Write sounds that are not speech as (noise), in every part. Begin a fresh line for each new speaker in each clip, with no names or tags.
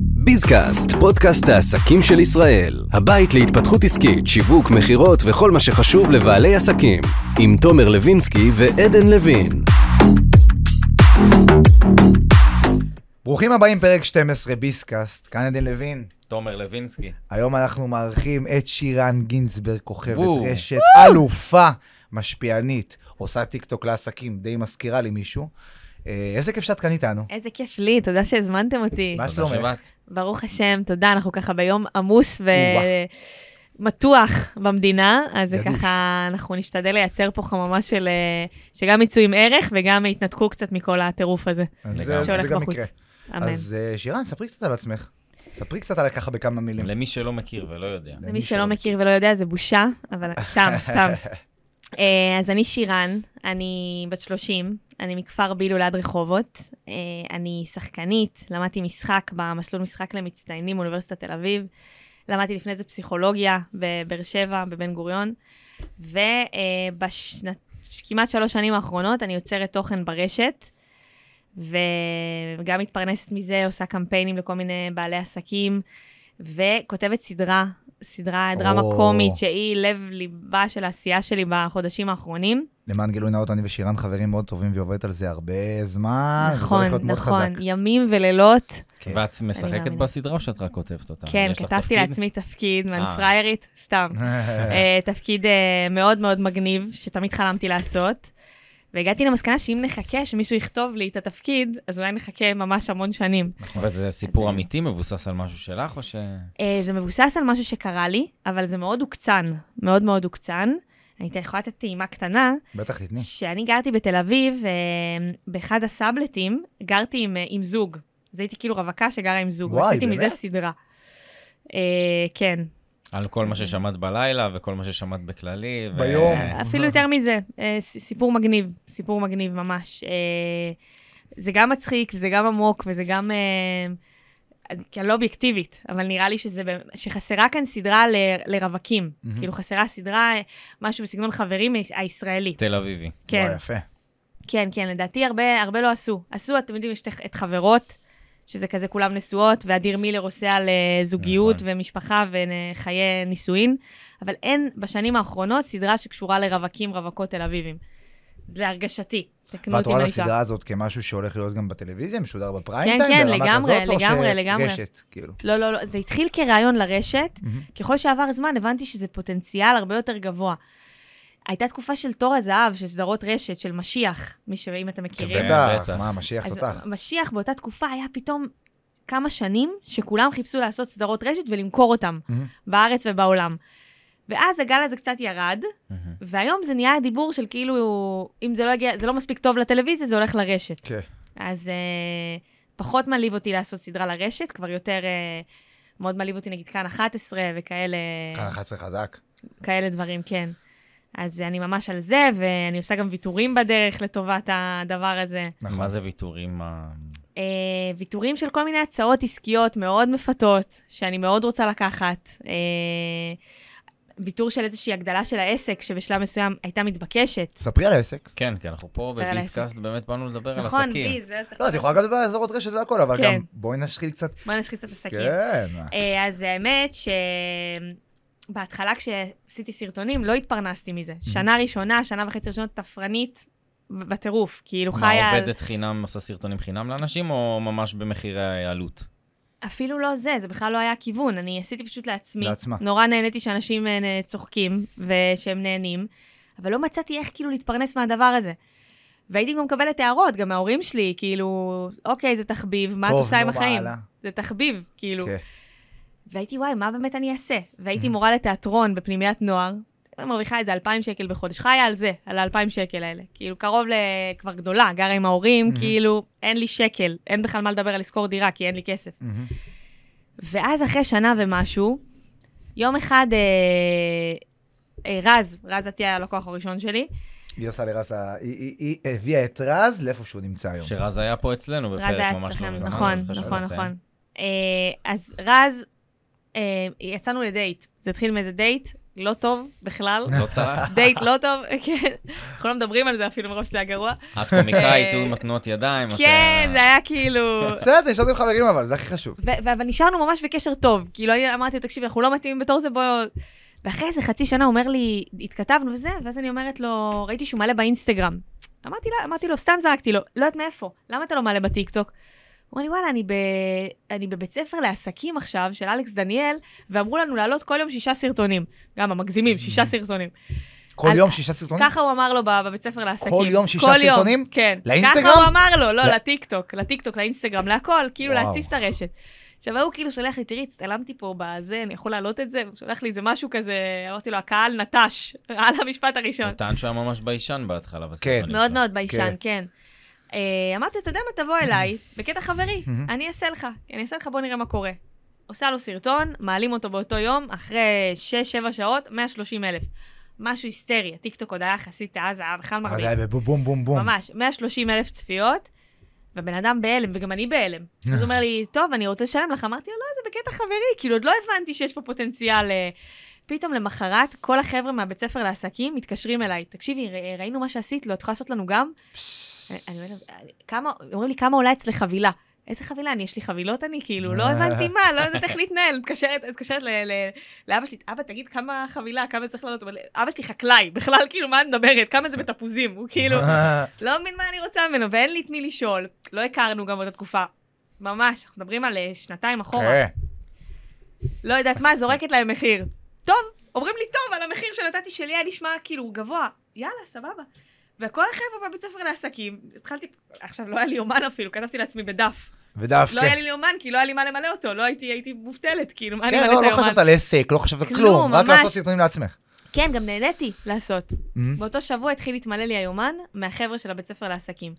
ביזקאסט, פודקאסט העסקים של ישראל. הבית להתפתחות עסקית, שיווק, מכירות וכל מה שחשוב לבעלי עסקים. עם תומר לוינסקי ועדן לוין.
ברוכים הבאים, פרק 12 ביסקאסט, כאן עדן לוין.
תומר לוינסקי.
היום אנחנו מארחים את שירן גינזברג, כוכבת
וואו.
רשת אלופה, משפיענית, עושה טיקטוק לעסקים, די מזכירה לי מישהו. אה, איזה כיף שאת כאן איתנו.
איזה כיף לי, תודה שהזמנתם אותי.
מה
תודה
שלומך?
שבאת.
ברוך השם, תודה, אנחנו ככה ביום עמוס
אוה.
ומתוח במדינה, אז זה
גדוש.
ככה, אנחנו נשתדל לייצר פה חממה של... אה, שגם יצאו עם ערך וגם יתנתקו קצת מכל הטירוף הזה
אז
לגמרי.
זה
שהולך
גם
בחוץ.
יקרה.
אמן.
אז אה, שירן, ספרי קצת על עצמך. ספרי קצת עליי ככה בכמה מילים.
למי שלא מכיר ולא יודע.
למי שלא מכיר ולא יודע, זה בושה, אבל סתם, סתם. אה, אז אני שירן, אני בת 30, אני מכפר בילול עד רחובות. אה, אני שחקנית, למדתי משחק במסלול משחק למצטיינים באוניברסיטת תל אביב. למדתי לפני זה פסיכולוגיה בבאר שבע, בבן גוריון. ובשנת, שלוש שנים האחרונות אני יוצרת תוכן ברשת. וגם מתפרנסת מזה, עושה קמפיינים לכל מיני בעלי עסקים, וכותבת סדרה, סדרה, דרמה
או.
קומית, שהיא לב-ליבה של העשייה שלי בחודשים האחרונים.
למען גילוי נאות, אני ושירן חברים מאוד טובים, והיא עובדת על זה הרבה זמן. וזה
נכון,
הולך אה, להיות מאוד
נכון,
חזק.
ימים ולילות.
כן.
ואת משחקת
מאמינה.
בסדרה או שאת רק כותבת אותה?
לא כן,
יש לך
כתבתי
תפקיד?
לעצמי תפקיד, ואני
אה.
פריירית,
(laughs)
סתם. אה, תפקיד אה, מאוד מאוד מגניב, שתמיד חלמתי לעשות. והגעתי למסקנה שאם נחכה שמישהו יכתוב לי את התפקיד, אז אולי נחכה ממש המון שנים.
נכון. וזה סיפור
אז-
אמיתי מבוסס על משהו שלך או ש...
אה, זה מבוסס על משהו שקרה לי, אבל זה מאוד הוקצן, מאוד מאוד הוקצן. אני אתן- יכולה לתת טעימה קטנה,
בטח, תתני.
שאני גרתי בתל אביב, אה, באחד הסאבלטים, גרתי עם, אה, עם זוג. אז הייתי כאילו רווקה שגרה עם זוג,
וואי,
ועשיתי
באמת?
מזה סדרה. אה, כן,
על כל מה ששמעת בלילה וכל מה ששמעת בכללי. ו-
ביום.
אפילו יותר מזה, אה, ס- סיפור מגניב, סיפור מגניב ממש. אה, זה גם מצחיק, וזה גם עמוק, וזה גם... אה, אני- כי אני לא אובייקטיבית, אבל נראה לי שזה, באמת- שחסרה כאן סדרה ל, לרווקים.
מהמם.
כאילו חסרה סדרה, אה, משהו בסגנון חברים הישראלי.
תל אביבי.
כן.
וואי, יפה.
כן, כן, לדעתי הרבה, הרבה לא עשו. עשו, אתם יודעים, יש את- את חברות, שזה כזה כולם נשואות, ואדיר מילר עושה על אה, זוגיות
נכון.
ומשפחה וחיי נישואין, אבל אין בשנים האחרונות סדרה שקשורה לרווקים, רווקות תל אביבים. זה הרגשתי. תקנו
ואת
אותי
רואה
אם
את
אני טועה.
הסדרה הזאת כמשהו שהולך להיות גם בטלוויזיה, משודר בפריים
כן,
טיים,
כן,
ברמה
לגמרי,
כזאת, או
לגמרי,
ש-
לגמרי.
רשת, כאילו.
לא, לא, לא, זה התחיל כרעיון לרשת,
מהמם.
ככל שעבר זמן הבנתי שזה פוטנציאל הרבה יותר גבוה. הייתה תקופה של תור הזהב, של סדרות רשת, של משיח, מי ש... אם אתם מכירים.
כן, בטח,
בטח.
מה, משיח תותח.
אז אה. משיח באותה תקופה היה פתאום כמה שנים שכולם חיפשו לעשות סדרות רשת ולמכור אותם
מהמם.
בארץ ובעולם. ואז הגל הזה קצת ירד,
מהמם.
והיום זה נהיה הדיבור של כאילו, אם זה לא, יגיע, זה לא מספיק טוב לטלוויזיה, זה הולך לרשת.
כן.
אז אה, פחות מעליב אותי לעשות סדרה לרשת, כבר יותר אה, מאוד מעליב אותי נגיד כאן 11 וכאלה
כאן 11 חזק.
כאלה דברים, כן. אז אני ממש על זה, ואני עושה גם ויתורים בדרך לטובת הדבר הזה.
נכון.
מה זה ויתורים? ה-
אה, ויתורים של כל מיני הצעות עסקיות מאוד מפתות, שאני מאוד רוצה לקחת. אה, ויתור של איזושהי הגדלה של העסק, שבשלב מסוים הייתה מתבקשת.
ספרי על העסק.
כן, כי אנחנו פה
ספר על
בביסקאסט, באמת באנו לדבר על
נכון,
עסקים.
בי, זה... זה-
לא, את יכולה גם לדבר על אזורות רשת והכל, אבל
כן.
גם בואי נשחיל קצת.
בוא נשחית קצת עסקים.
כן. מה.
אה, אז האמת שבהתחלה כשעשיתי סרטונים, לא התפרנסתי מזה.
Mm-hmm.
שנה ראשונה, שנה וחצי ראשונות, תפרנית ב- בטירוף. כאילו חיה
מה,
על...
עובדת חינם עושה סרטונים חינם לאנשים, או ממש במחירי העלות?
אפילו לא זה, זה בכלל לא היה הכיוון. אני עשיתי פשוט לעצמי.
לעצמה.
נורא נהניתי שאנשים אה, נה- צוחקים ושהם נהנים, אבל לא מצאתי איך כאילו להתפרנס מהדבר הזה. והייתי גם מקבלת הערות, גם מההורים שלי, כאילו, אוקיי, זה תחביב, מה את
טוב,
עושה עם
נו, מה
החיים?
הלאה?
זה תחביב, כאילו.
כן.
והייתי, וואי, מה באמת אני אעשה? והייתי
Mhm.
מורה לתיאטרון בפנימיית נוער, מרוויחה איזה 2,000 שקל בחודש, חיה על זה, על ה-2,000 שקל האלה. כאילו, קרוב ל... כבר גדולה, גרה עם ההורים,
Mhm.
כאילו, אין לי שקל, אין בכלל מה לדבר על לשכור דירה, כי אין לי כסף.
מהמם.
ואז אחרי שנה ומשהו, יום אחד אה, אה, רז, רז עטיה היה הלקוח הראשון שלי,
היא עושה לרז, ה- היא- היא היא הביאה את רז לאיפה שהוא נמצא היום.
שרז היה פה אצלנו בפרק
רז היה
ממש לא
אצלכם,
מזמן,
נכון,
חשוב
נכון,
לציין.
נכון. אה, אז רז, אה, יצאנו לדייט, זה התחיל מאיזה דייט, לא טוב
(laughs)
בכלל.
לא צלח.
דייט לא טוב, כן. אנחנו לא מדברים על זה אפילו מרוב שזה היה גרוע.
את קומיקאית, הוא עם התנועות ידיים. אז,
אה, כן,
אה,
זה היה כאילו...
בסדר, נשארתם חברים אבל, זה הכי חשוב.
ו- ו- אבל נשארנו ממש בקשר טוב. כאילו, אני אמרתי לו, תקשיב, אנחנו לא מתאימים בתור זה, בוא... ואחרי איזה חצי שנה הוא אומר לי, התכתבנו וזה, ואז אני אומרת לו, ראיתי שהוא מעלה באינסטגרם. אמרתי, לה, אמרתי לו, סתם זרקתי לו, לא יודעת מאיפה, למה אתה לא מעלה בטיקטוק? הוא אמר לי, וואלה, אני, ב... אני בבית ספר לעסקים עכשיו, של אלכס דניאל, ואמרו לנו להעלות כל יום שישה סרטונים. גם המגזימים, שישה סרטונים.
כל
על-
יום שישה סרטונים?
ככה הוא אמר לו ב- בבית ספר לעסקים.
כל יום שישה
כל יום,
סרטונים?
כן.
לאינסטגרם?
ככה הוא אמר לו, לא,
לא.
לטיקטוק, לטיקטוק, לאינסטגרם, להכל, כאילו
וואו.
להציף את הרשת. עכשיו, ההוא כאילו שולח לי, תראי, הצטלמתי פה בזה, אני יכול להעלות את זה? הוא שולח לי איזה משהו כזה, אמרתי לו, הקהל נטש, (laughs) על המשפט
הוא
הראשון.
טען שהוא היה ממש ביישן בהתחלה.
כן.
בסרטונים
מאוד
שלו.
מאוד ביישן, כן. אה, אמרתי, אתה יודע מה, תבוא
(clears throat)
אליי, בקטע חברי,
מהמם.
אני אעשה לך, אני אעשה לך, בוא נראה מה קורה. עושה לו סרטון, מעלים אותו באותו יום, אחרי 6-7 שעות, 130 אלף. משהו היסטרי, הטיקטוק עוד היה יחסית אז, היה בכלל
אבל
מרביץ.
זה היה בבום בום בום.
ממש, 130 אלף צפיות, והבן אדם בהלם, וגם אני בהלם. אז הוא אומר לי, טוב, אני רוצה לשלם לך. אמרתי לו, לא, זה בקטע חברי, כאילו, עוד לא הבנתי שיש פה פוטנציאל. אה." פתאום למחרת, כל החבר'ה מהבית ספר לעסקים מתקשרים אליי, תקשיבי, ר- אה, ראינו מה שעשית לו, את יכולה לעשות לנו גם? אה, אני- אני אומרת, כמה, אומרים לי, כמה עולה אצלך חבילה? איזה חבילה? אני, יש לי חבילות אני, כאילו, לא הבנתי מה, לא יודעת איך להתנהל. מתקשרת, מתקשרת ל- ל- לאבא שלי, אבא, תגיד כמה חבילה, כמה צריך לעלות? אבל אבא שלי חקלאי, בכלל, כאילו, מה אני מדברת? כמה זה בתפוזים? הוא כאילו...
אה,
לא מבין מה אני רוצה ממנו, ואין לי את מי לשאול. לא הכרנו גם באותה תקופה. ממש, אנחנו מדברים על אה, שנתיים אחורה.
כן.
לא יודעת מה, זורקת להם מחיר. טוב, אומרים לי טוב, על המחיר שנתתי שלי היה נשמע כאילו גבוה. יאללה, סבבה. וכל החבר'ה בבית ספר לעסקים, התחלתי, עכשיו לא היה לי יומן אפילו, כתבתי לעצמי בדף.
ודווקא.
לא היה לי יומן, כי לא היה לי מה למלא אותו, לא הייתי, הייתי מובטלת, כאילו, מה אני
כן,
מלא
לא,
את
לא
היומן?
חשבת על עסק, לא חשבת על
כלום,
כלום, רק
ממש.
לעשות סרטונים לעצמך.
כן, גם נהניתי לעשות.
Mm-hmm.
מהמם.
באותו שבוע התחיל להתמלא לי היומן מהחבר'ה של הבית ספר לעסקים.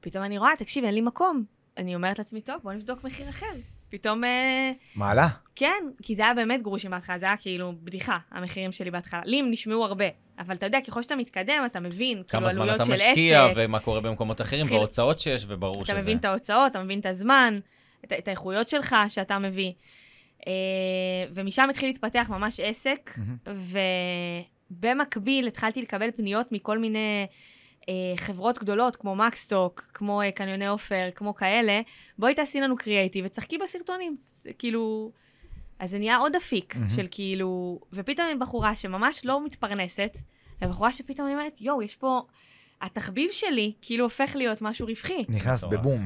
פתאום אני רואה, תקשיב, אין לי מקום. אני אומרת לעצמי, טוב, בוא נבדוק מחיר אחר. פתאום, אה,
מעלה.
כן, כי זה היה באמת גרושים בהתחלה, זה היה כאילו בדיחה, המחירים שלי בהתחלה. לי הם נשמעו הרבה, אבל אתה יודע, ככל שאתה מתקדם, אתה מבין, כאילו,
כמה זמן
עלויות
אתה
של
משקיע,
עסק,
ומה קורה במקומות אחרים,
התחיל-
וההוצאות שיש, וברור
אתה
שזה...
מבין את ההוצאות, אתה מבין את הזמן, את, את האיכויות שלך שאתה מביא. אה, ומשם התחיל להתפתח ממש עסק,
Mm-hmm.
מהמם.
ובמקביל התחלתי לקבל פניות מכל מיני אה, חברות גדולות, כמו מקסטוק, כמו אה, קניוני עופר, כמו כאלה, בואי תעשי לנו קריאייטיב ותשחקי בסרטונים, זה כאילו... אז זה נהיה עוד אפיק
מהמם.
של כאילו... ופתאום היא בחורה שממש לא מתפרנסת, ובחורה שפתאום אני אומרת, יואו, יש פה... התחביב שלי כאילו הופך להיות משהו רווחי.
נכנס
מטורף.
בבום.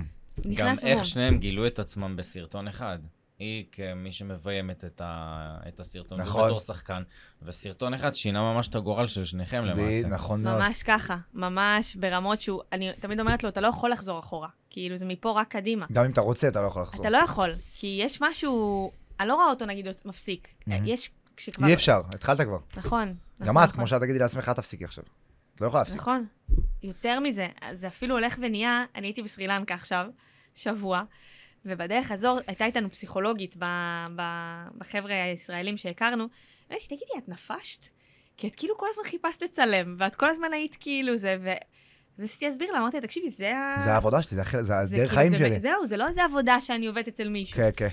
גם
נכנס בבום.
איך שניהם גילו את עצמם בסרטון אחד. היא כמי שמביימת את, ה... את הסרטון,
נכון.
נכון. בתור שחקן, וסרטון אחד שינה ממש את הגורל של שניכם למעשה.
ב- נכון מאוד.
ממש ככה, ממש ברמות שהוא, אני תמיד אומרת לו, אתה לא יכול לחזור אחורה. כאילו, זה מפה רק קדימה.
גם אם אתה רוצה, אתה לא יכול לחזור.
אתה לא יכול, כי יש משהו, אני לא רואה אותו נגיד מפסיק.
מהמם.
יש, כשכבר...
אי אפשר, התחלת כבר. גם
נכון. לא- נכון,
את,
נכון.
כמו שאת תגידי לעצמך, תפסיקי עכשיו. את לא יכולה להפסיק.
נכון. יותר מזה, זה אפילו הולך ונהיה, אני הייתי בסרי לנקה עכשיו, שבוע, ובדרך הזו הייתה איתנו פסיכולוגית ב, ב, בחבר'ה הישראלים שהכרנו, אמרתי, תגידי, את נפשת? כי את כאילו כל הזמן חיפשת לצלם, ואת כל הזמן היית כאילו זה, ו... וניסיתי להסביר לה, אמרתי לה, תקשיבי, זה ה...
זה העבודה שלי, זה החלק- זה
נכון. זה
הדרך
כאילו,
חיים
זה-
שלי.
זהו, זה לא איזה עבודה שאני עובדת אצל מישהו.
כן, כן.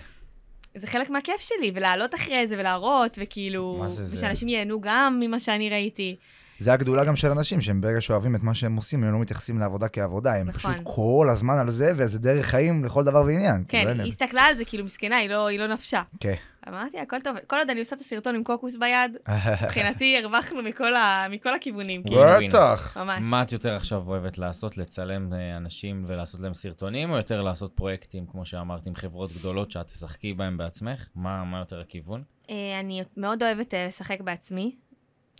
זה חלק מהכיף שלי, ולעלות אחרי זה, ולהראות, וכאילו...
מה זה זה?
ושאנשים ייהנו גם ממה שאני ראיתי.
זה הגדולה גם של אנשים, שהם ברגע שאוהבים את מה שהם עושים, הם לא מתייחסים לעבודה כעבודה, הם
נכון.
פשוט כל הזמן על זה, וזה דרך חיים לכל דבר ועניין. כאילו,
כן,
אין-
היא הסתכלה על זה, כאילו, מסכנה, היא לא, היא לא נפשה.
כן.
אמרתי, הכל טוב. כל עוד אני עושה את הסרטון עם קוקוס ביד,
(laughs)
מבחינתי הרווחנו מכל, ה... מכל הכיוונים, כאילו,
win-win.
בטח.
ממש.
מה את יותר עכשיו אוהבת לעשות? לצלם אה, אנשים ולעשות להם סרטונים, או יותר לעשות פרויקטים, כמו שאמרת, עם חברות גדולות שאת תשחקי בהם בעצמך? מה, מה יותר הכיוון?
אה, אני מאוד אוהבת אה, לשחק בעצמי,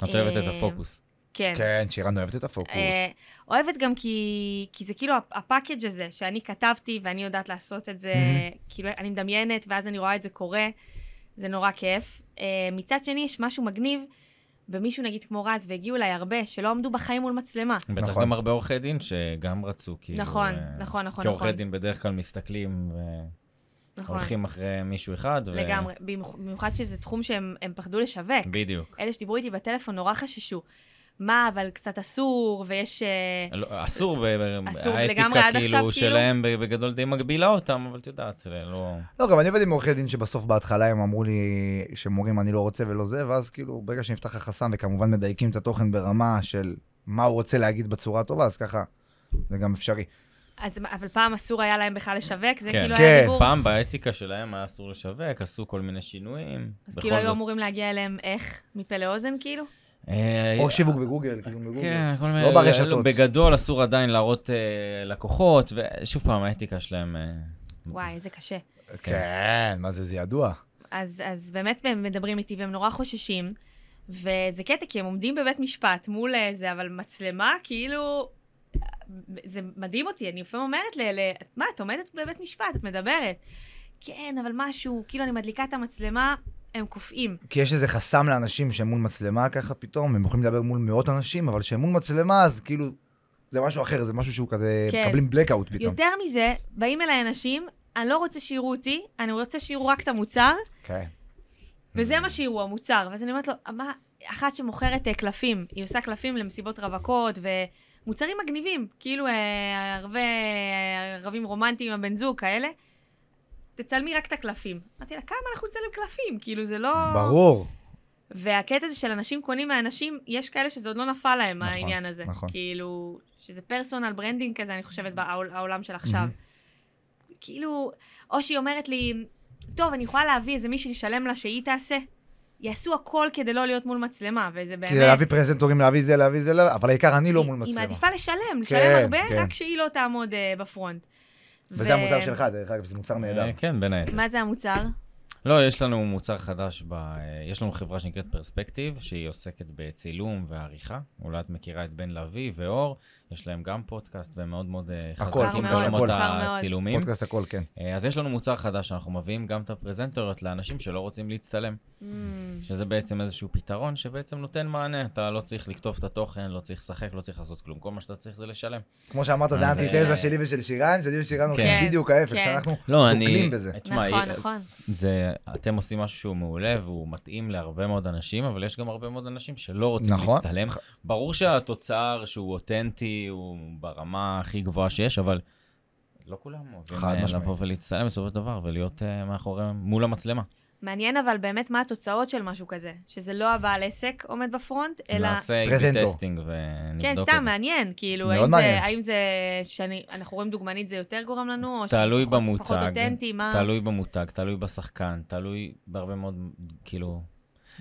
את אוהבת את
אה,
הפוקוס.
כן.
כן, שירן אוהבת את הפוקוס.
אה, אוהבת גם כי, כי זה כאילו הפ- הפאקג' הזה, שאני כתבתי ואני יודעת לעשות את זה,
מהמם.
כאילו אני מדמיינת ואז אני רואה את זה קורה, זה נורא כיף. אה, מצד שני, יש משהו מגניב במישהו נגיד כמו רז, והגיעו אליי הרבה, שלא עמדו בחיים מול מצלמה.
בטח
נכון.
גם הרבה עורכי דין שגם רצו, כאילו...
נכון,
אה,
נכון, נכון,
כי עורכי
נכון.
דין בדרך כלל מסתכלים
נכון,
והולכים אחרי מישהו אחד. ו-
לגמרי. במיוחד שזה תחום שהם הם פחדו לשווק.
בדיוק.
אה, אלה שדיברו איתי בטלפון נורא חששו. מה, אבל קצת אסור, ויש... אה,
לא, אסור, ב- ב-
אסור לגמרי
האתיקה
עד עכשיו,
כאילו שלהם
כאילו?
בגדול די מגבילה אותם, אבל את יודעת, זה לא...
לא, גם אני עובד עם עורכי דין שבסוף בהתחלה הם אמרו לי, שהם אומרים אני לא רוצה ולא זה, ואז כאילו ברגע שנפתח החסם וכמובן מדייקים את התוכן ברמה של מה הוא רוצה להגיד בצורה הטובה, אז ככה זה גם אפשרי.
אז, מה- אבל פעם אסור היה להם בכלל לשווק, זה
כן.
כאילו
כן.
היה דיבור.
פעם באתיקה שלהם היה אסור לשווק, עשו כל מיני שינויים.
אז
בכל
כאילו היו
זאת-
אמורים להגיע אליהם איך? מפה לאוזן כאילו?
אה,
או שיווק בגוגל, כאילו בגוגל.
כן, כל מיני...
לא ברשתות.
בגדול אסור עדיין להראות אה, לקוחות, ושוב פעם, האתיקה שלהם... אה,
וואי, איזה קשה.
כן, מה זה, זה ידוע.
אז, אז באמת הם מדברים איתי והם נורא חוששים, וזה קטע, כי הם עומדים בבית משפט מול איזה, אבל מצלמה, כאילו... זה מדהים אותי, אני לפעמים אומרת ל... ל- מה, את עומדת בבית משפט, את מדברת. כן, אבל משהו, כאילו אני מדליקה את המצלמה, הם קופאים.
כי יש איזה חסם לאנשים שהם מול מצלמה ככה פתאום, הם יכולים לדבר מול מאות אנשים, אבל שהם מול מצלמה אז כאילו, זה משהו אחר, זה משהו שהוא כזה,
כן.
מקבלים בלקאוט פתאום.
יותר מזה, באים אליי אנשים, אני לא רוצה שיראו אותי, אני רוצה שיראו רק את המוצר,
כן.
וזה מה שיראו, המוצר. ואז אני אומרת לו, מה, אחת שמוכרת אה, קלפים, היא עושה קלפים למסיבות רווקות ומוצרים מגניבים, כאילו אה, הרבה אה, ערבים רומנטיים עם הבן זוג, כאלה. תצלמי רק את הקלפים. אמרתי לה, כמה אנחנו נצלם קלפים? כאילו, זה לא...
ברור.
והקטע זה של אנשים קונים מאנשים, יש כאלה שזה עוד לא נפל להם,
נכון,
העניין הזה.
נכון. Mm-hmm.
כאילו, שזה פרסונל ברנדינג כזה, אני חושבת, בעול- העולם של עכשיו. כאילו, או שהיא אומרת לי, טוב, אני יכולה להביא איזה מישהי לשלם לה שהיא תעשה. יעשו הכל כדי לא להיות מול מצלמה, וזה באמת...
כי זה להביא פרזנטורים, להביא זה, להביא זה, לא- אבל העיקר אני לא
היא-
מול
היא
מצלמה.
מעדיפה לשלם,
כן,
לשלם הרבה,
כן.
רק שהיא לא תעמוד אה, בפרונט.
וזה
ו-
המוצר שלך, דרך אגב, זה מוצר נהדר.
אה, כן, בין היתר.
מה זה
(laughs)
המוצר?
לא, יש לנו מוצר חדש, ב... אה, יש לנו חברה שנקראת פרספקטיב, שהיא עוסקת בצילום ועריכה. אולי את מכירה את בן לביא ואור, יש להם גם פודקאסט, והם מאוד מאוד אה,
הכל,
חזקים
פודקאסט,
בעולמות
הכל.
מוכר מאוד.
הצילומים.
פודקאסט הכל, כן.
אה, אז יש לנו מוצר חדש, שאנחנו מביאים גם את הפרזנטוריות לאנשים שלא רוצים להצטלם,
Mm.
שזה בעצם איזשהו פתרון שבעצם נותן מענה. אתה לא צריך לכתוב את התוכן, לא צריך לשחק, לא צריך לעשות כלום. כל מה שאתה צריך זה לשלם.
כמו שאמרת, זה
אז,
האנטיתזה
אה,
שלי ושל שירן, שלי ושל שירן
כן,
הולכים בדיוק ההפך,
כן.
שאנחנו
לא, אני...
דוגלים בזה.
תשמע,
נכון,
אה,
נכון.
זה, אתם עושים משהו שהוא מעולה והוא מתאים להרבה מאוד אנשים, אבל יש גם הרבה מאוד אנשים שלא רוצים
נכון.
נכון. להצטלם. ברור שהתוצר שהוא אותנטי, הוא ברמה הכי גבוהה שיש, אבל לא כולם אוהבים
חד
אה,
משמעית.
לבוא ולהצטלם בסופו של דבר ולהיות אה, מאחורי, מול המצלמה.
מעניין אבל באמת מה התוצאות של משהו כזה, שזה לא הבעל עסק עומד בפרונט, אלא...
נעשה
פרזנטור.
טסטינג ונבדוק
כן,
את זה.
סתם, מעניין, כאילו,
מאוד
האם
מעניין.
זה, האם זה, שאנחנו רואים דוגמנית זה יותר גורם לנו, או שזה
תלוי
פחות-
במותג.
פחות אותנטי, מה...
תלוי במותג, תלוי בשחקן, תלוי בהרבה מאוד, כאילו...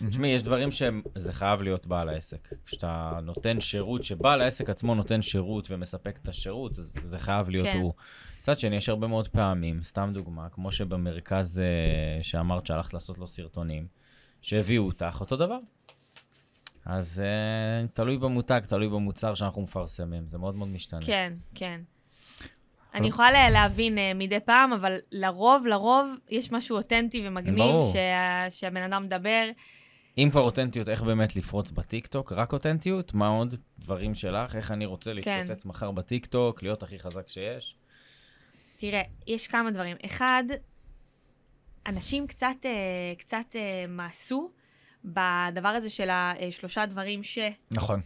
תשמעי, יש דברים שהם, זה חייב להיות בעל העסק. כשאתה נותן שירות, שבעל העסק עצמו נותן שירות ומספק את השירות, אז זה חייב להיות
כן.
הוא. מצד שני, יש הרבה מאוד פעמים, סתם דוגמה, כמו שבמרכז אה, שאמרת שהלכת לעשות לו סרטונים, שהביאו אותך, אותו דבר. אז אה, תלוי במותג, תלוי במוצר שאנחנו מפרסמים, זה מאוד מאוד משתנה.
כן, כן. אני יכולה לה- להבין אה, מדי פעם, אבל לרוב, לרוב, יש משהו אותנטי ומגניב
ברור.
שה- שהבן אדם מדבר.
אם כבר אותנטיות, איך באמת לפרוץ בטיקטוק? רק אותנטיות? מה עוד דברים שלך? איך אני
כן.
רוצה להתפוצץ מחר בטיקטוק, להיות הכי חזק שיש?
תראה, יש כמה דברים. אחד, אנשים קצת, אה, קצת אה, מעשו בדבר הזה של השלושה דברים ש...
נכון.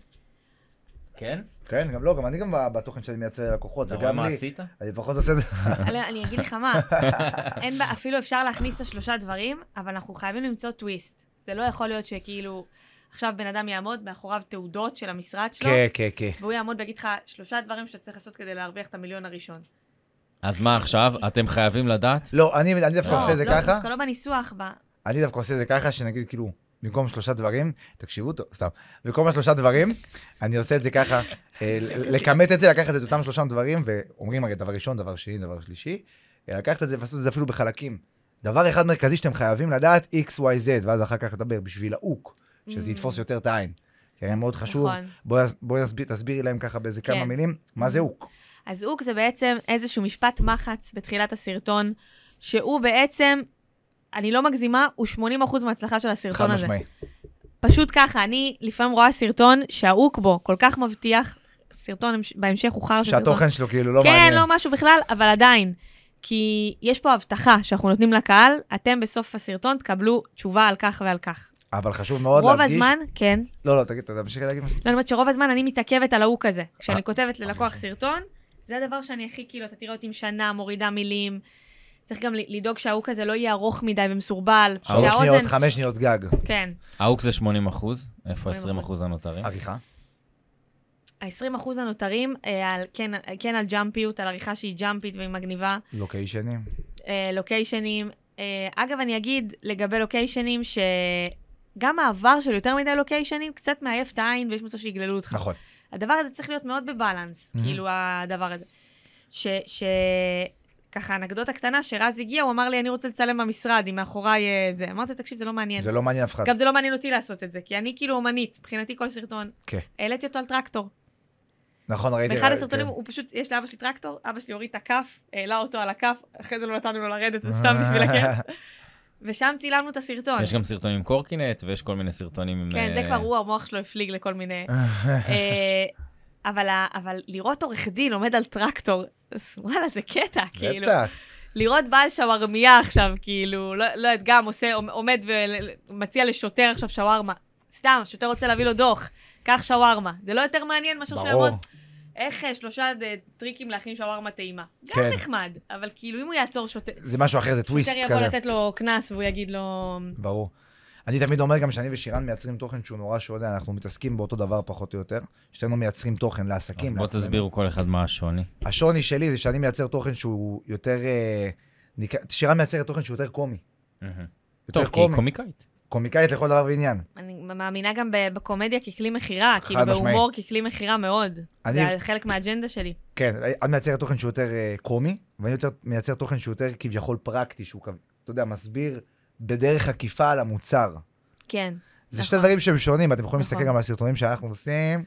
כן?
כן, גם לא, גם אני גם בתוכן שאני מייצר ללקוחות,
אתה רואה
וגם
מה
לי.
עשית?
אני פחות עושה את זה.
לא, אני אגיד לך
(laughs)
מה, אין בה, אפילו אפשר להכניס את השלושה דברים, אבל אנחנו חייבים למצוא טוויסט. זה לא יכול להיות שכאילו, עכשיו בן אדם יעמוד מאחוריו תעודות של המשרד שלו,
כן, כן, כן.
והוא יעמוד ויגיד לך, שלושה דברים שאתה צריך לעשות כדי להרוויח את המיליון הראשון.
אז מה עכשיו? אתם חייבים לדעת?
לא, אני אני דווקא
לא,
עושה את זה
לא,
ככה,
דווקא לא בניסוח, ב...
אני דווקא עושה את זה ככה, שנגיד כאילו, במקום שלושה דברים, תקשיבו טוב, סתם, במקום השלושה דברים, אני עושה את זה ככה,
(laughs)
אה, ל- לכמת את זה, לקחת את אותם שלושה דברים, ואומרים הרי דבר ראשון, דבר שני, דבר שלישי, אה, לקחת את זה ולעשות את זה אפילו בחלקים. דבר אחד מרכזי שאתם חייבים לדעת, x, y, z, ואז אחר כך לדבר בשביל ההוק, שזה
Mm.
יתפוס יותר את העין. כי הרי מאוד חשוב,
נכון.
בואי נס- בואי נסביר- תסבירי להם ככה באיזה כמה
כן.
מילים, מה זה הוק.
אז אוק זה בעצם איזשהו משפט מחץ בתחילת הסרטון, שהוא בעצם, אני לא מגזימה, הוא 80% מההצלחה של
חד
הסרטון הזה. לא,
משמעי.
פשוט ככה, אני לפעמים רואה סרטון שהאוק בו כל כך מבטיח, סרטון המש- בהמשך הוא חר של סרטון.
שהתוכן שלו כאילו לא
כן,
מעניין.
לא משהו בכלל, אבל עדיין. כי יש פה הבטחה שאנחנו נותנים לקהל, אתם בסוף הסרטון תקבלו תשובה על כך ועל כך.
אבל חשוב מאוד
רוב
להדגיש...
הזמן, כן.
לא, לא, תגיד, תמשיכי להגיד מה ש...
לא, אני אומרת שרוב הזמן אני מתעכבת על ההוא כזה.
אה.
כשאני כותבת ללקוח סרטון, זה הדבר שאני הכי, כאילו, אתה תראה אותי משנה, מורידה מילים. צריך גם ל- לדאוג שההוא כזה לא יהיה ארוך מדי ומסורבל.
שלוש
שהאוזן-
שניות, חמש שניות גג.
כן.
האוק זה 80 אחוז, איפה
80%?
20 אחוז הנותרים?
נכון.
עריכה?
ה-20 אחוז הנותרים, אה, על- כן, כן על ג'אמפיות, על עריכה שהיא ג'אמפית והיא מגניבה.
לוקיישנים?
אה, לוקיישנים. אה, אגב, אני אגיד לגבי לוקיישנים, שגם העבר של יותר מדי לוקיישנים קצת מעייף את העין ויש מצב שיגללו אותך.
נכון.
הדבר הזה צריך להיות מאוד בבלנס,
Mhm.
mm-hmm. כאילו הדבר הזה. ש... ש... ככה, אנקדוטה קטנה, שרז הגיע, הוא אמר לי, אני רוצה לצלם במשרד, אם מאחוריי אה, זה. אמרתי לו, תקשיב, זה לא מעניין.
זה לא מעניין אף אחד.
גם זה לא מעניין אותי לעשות את זה, כי אני כאילו אומנית, מבחינתי כל סרטון.
כן.
העליתי אותו על טרקטור.
נכון, ראיתי...
באחד
כן.
הסרטונים, הוא פשוט, יש לאבא שלי טרקטור, אבא שלי הוריד את הכף, העלה אותו על הכף, אחרי זה לא נתנו לו לרדת,
אה.
אז סתם בשביל הכיף.
(laughs)
ושם צילמנו את הסרטון.
יש גם סרטונים עם קורקינט, ויש כל מיני סרטונים עם...
כן,
אה,
זה כבר הוא, המוח שלו הפליג לכל מיני... אה, אבל, ה- אבל לראות עורך דין עומד על טרקטור, אז וואלה, זה קטע, כאילו.
בטח.
לראות בעל שווארמיה עכשיו, כאילו, לא לא יודעת, גם עושה, עומד ומציע לשוטר עכשיו שווארמה. סתם, השוטר רוצה להביא לו דוח, קח שווארמה. זה לא יותר מעניין מאשר
ברור.
שיעמוד איך אה, שלושה אה, טריקים להכין שווארמה טעימה. גם
כן.
נחמד, אבל כאילו, אם הוא יעצור שוטר,
זה משהו אחר, זה טוויסט
שוטר יבוא
כזה.
לתת לו קנס והוא יגיד לו...
ברור. אני תמיד אומר גם שאני ושירן מייצרים תוכן שהוא נורא שונה, אנחנו מתעסקים באותו דבר פחות או יותר. שנינו מייצרים תוכן
אז
לעסקים.
בוא
לעצמנו.
תסבירו כל אחד מה השוני.
השוני שלי זה שאני מייצר תוכן שהוא יותר... אה, ניק- שירן מייצרת תוכן שהוא יותר קומי.
טוב,
יותר
כי היא
קומי.
קומיקאית.
קומיקאית לכל דבר ועניין.
אני מאמינה גם ב- בקומדיה ככלי מכירה, כאילו
משמעית.
בהומור ככלי מכירה מאוד.
אני-
זה חלק מהאג'נדה שלי.
כן, את מייצרת תוכן שהוא יותר אה, קומי, ואני יותר מייצר תוכן שהוא יותר כביכול פרקטי, שהוא כב- אתה יודע, מסביר בדרך עקיפה על המוצר.
כן,
זה שתי
נכון.
דברים שהם שונים, אתם יכולים להסתכל
נכון.
גם על הסרטונים שאנחנו עושים.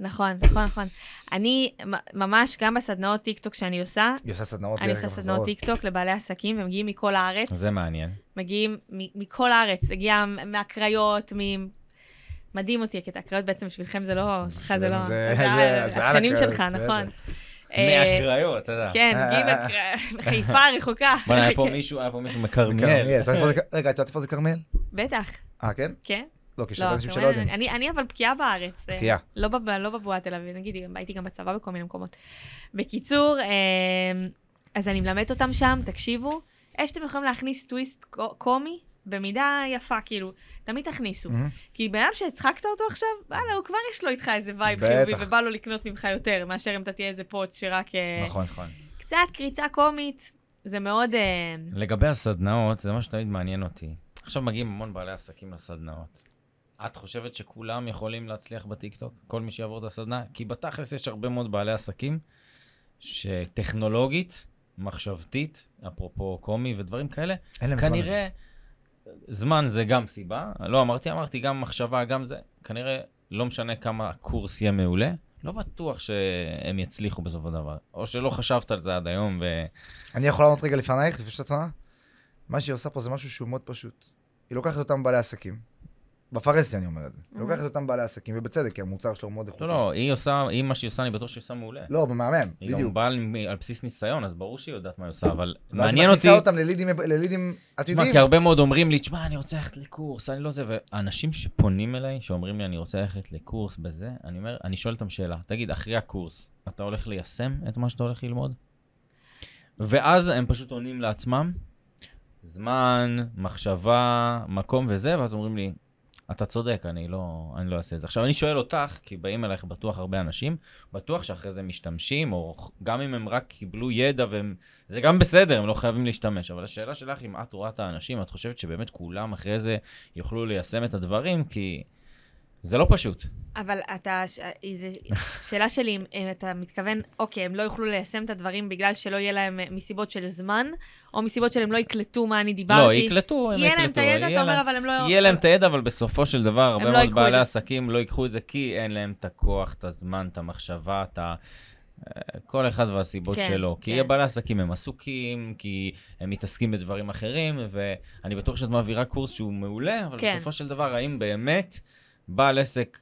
נכון, נכון, נכון. אני מ- ממש, גם בסדנאות טיקטוק שאני עושה,
היא עושה סדנאות.
אני עושה
דרך
סדנאות
החזרות.
טיקטוק לבעלי עסקים, ומגיעים מכל הארץ,
זה מעניין.
אוקיי.
מגיעים מ- מכל הארץ, הגיע מ- מהקריות, מ... מדהים אותי, כי את הקריות בעצם בשבילכם זה לא, שלך זה לא,
זה-
זה
זה-
ה-
זה על
השכנים
הקריות,
שלך,
בטח.
נכון. אה,
מהקריות, אתה יודע.
כן, מגיעים לקר-
(laughs)
מחיפה הרחוקה. כן.
בוא'נה,
(laughs)
היה פה מישהו, היה פה מישהו
כרמיאל.
מכרמיאל.
אתה יודע איפה זה- רגע, את יודעת איפה זה כרמיאל?
בטח,
אה, כן?
כן.
לא, כי יש
לא,
הרבה אנשים
אתה
שלא
אומר,
יודעים.
אני, אני אבל בקיאה בארץ. אה,
בקיאה.
לא, בב, לא בבועה תל אביב, נגיד, הייתי גם בצבא בכל מיני מקומות. בקיצור, אה, אז אני מלמדת אותם שם, תקשיבו, איך שאתם יכולים להכניס טוויסט קו- קומי, במידה יפה, כאילו, תמיד תכניסו.
מהמם.
כי בן אדם שהצחקת אותו עכשיו, וואלה, הוא כבר יש לו איתך איזה וייב
בטח.
חיובי, ובא לו לקנות ממך יותר, מאשר אם אתה תהיה איזה פוץ שרק... אה,
נכון.
נכון.
קצת קריצה קומית, זה מאוד... אה,
לגבי הסדנאות, זה מה שתמיד מעניין אותי. עכשיו מגיעים המון בעלי עסקים לסדנאות. את חושבת שכולם יכולים להצליח בטיקטוק? כל מי שיעבור את הסדנה? כי בתכלס יש הרבה מאוד בעלי עסקים שטכנולוגית, מחשבתית, אפרופו קומי ודברים כאלה,
אין להם זמן לזה.
כנראה, זמן זה גם סיבה, לא אמרתי, אמרתי גם מחשבה, גם זה, כנראה לא משנה כמה הקורס יהיה מעולה, לא בטוח שהם יצליחו בסופו של דבר, או שלא חשבת על זה עד היום, ו...
אני יכול לענות רגע לפנייך, לפני שאת עונה? מה שהיא עושה פה זה משהו שהוא מאוד פשוט. היא לוקחת אותם בעלי עסקים, בפרסיה אני אומר את זה, היא
Mhm.
לוקחת אותם בעלי עסקים, ובצדק, כי המוצר שלו הוא מאוד איכותי.
לא, לא, היא עושה, היא מה שהיא עושה, אני בטוח שהיא עושה מעולה.
לא, הוא מהמם,
היא גם
בדיוק.
באה עם- על בסיס ניסיון, אז ברור שהיא יודעת מה היא עושה, אבל
ואז היא
מעניין אותי,
מכניסה אותם ללידים- ללידים
תשמע,
עתידיים.
כי הרבה מאוד אומרים לי, תשמע, אני רוצה ללכת לקורס, אני לא זה, ואנשים שפונים אליי, שאומרים לי, אני רוצה ללכת לקורס בזה, אני אומר, אני שואל אותם שאלה, תגיד, אחרי הקורס, אתה הולך ליישם את מה שאתה הולך ללמוד? ואז הם פשוט עונים לעצמם, זמן, מחשבה, מקום וזה, ואז אומרים לי, אתה צודק, אני לא, אני לא אעשה את זה. עכשיו, אני שואל אותך, כי באים אלייך בטוח הרבה אנשים, בטוח שאחרי זה משתמשים, או גם אם הם רק קיבלו ידע והם... זה גם בסדר, הם לא חייבים להשתמש, אבל השאלה שלך, אם את רואה את האנשים, את חושבת שבאמת כולם אחרי זה יוכלו ליישם את הדברים, כי זה לא פשוט.
אבל אתה, ש- אה, זה- שאלה שלי, אם- אם אתה מתכוון, אוקיי, הם לא יוכלו ליישם את הדברים בגלל שלא יהיה להם אה, מסיבות של זמן, או מסיבות שהם לא יקלטו מה אני דיברתי.
לא, יקלטו, הם יקלטו.
יהיה להם את הידע,
יהיה
אתה אומר,
להם-
אבל הם לא...
יהיה להם את הידע, אבל בסופו של דבר, הרבה
לא
מאוד
ייקחו את
בעלי
זה.
עסקים לא ייקחו את זה, כי אין להם את הכוח, את הזמן, את המחשבה, את ה... אה, כל אחד והסיבות
כן,
שלו. כי
כן.
הבעלי עסקים הם עסוקים, כי הם מתעסקים בדברים אחרים, ואני בטוח שאת מעבירה קורס שהוא מעולה, אבל
כן.
בסופו של דבר, האם באמת בעל עסק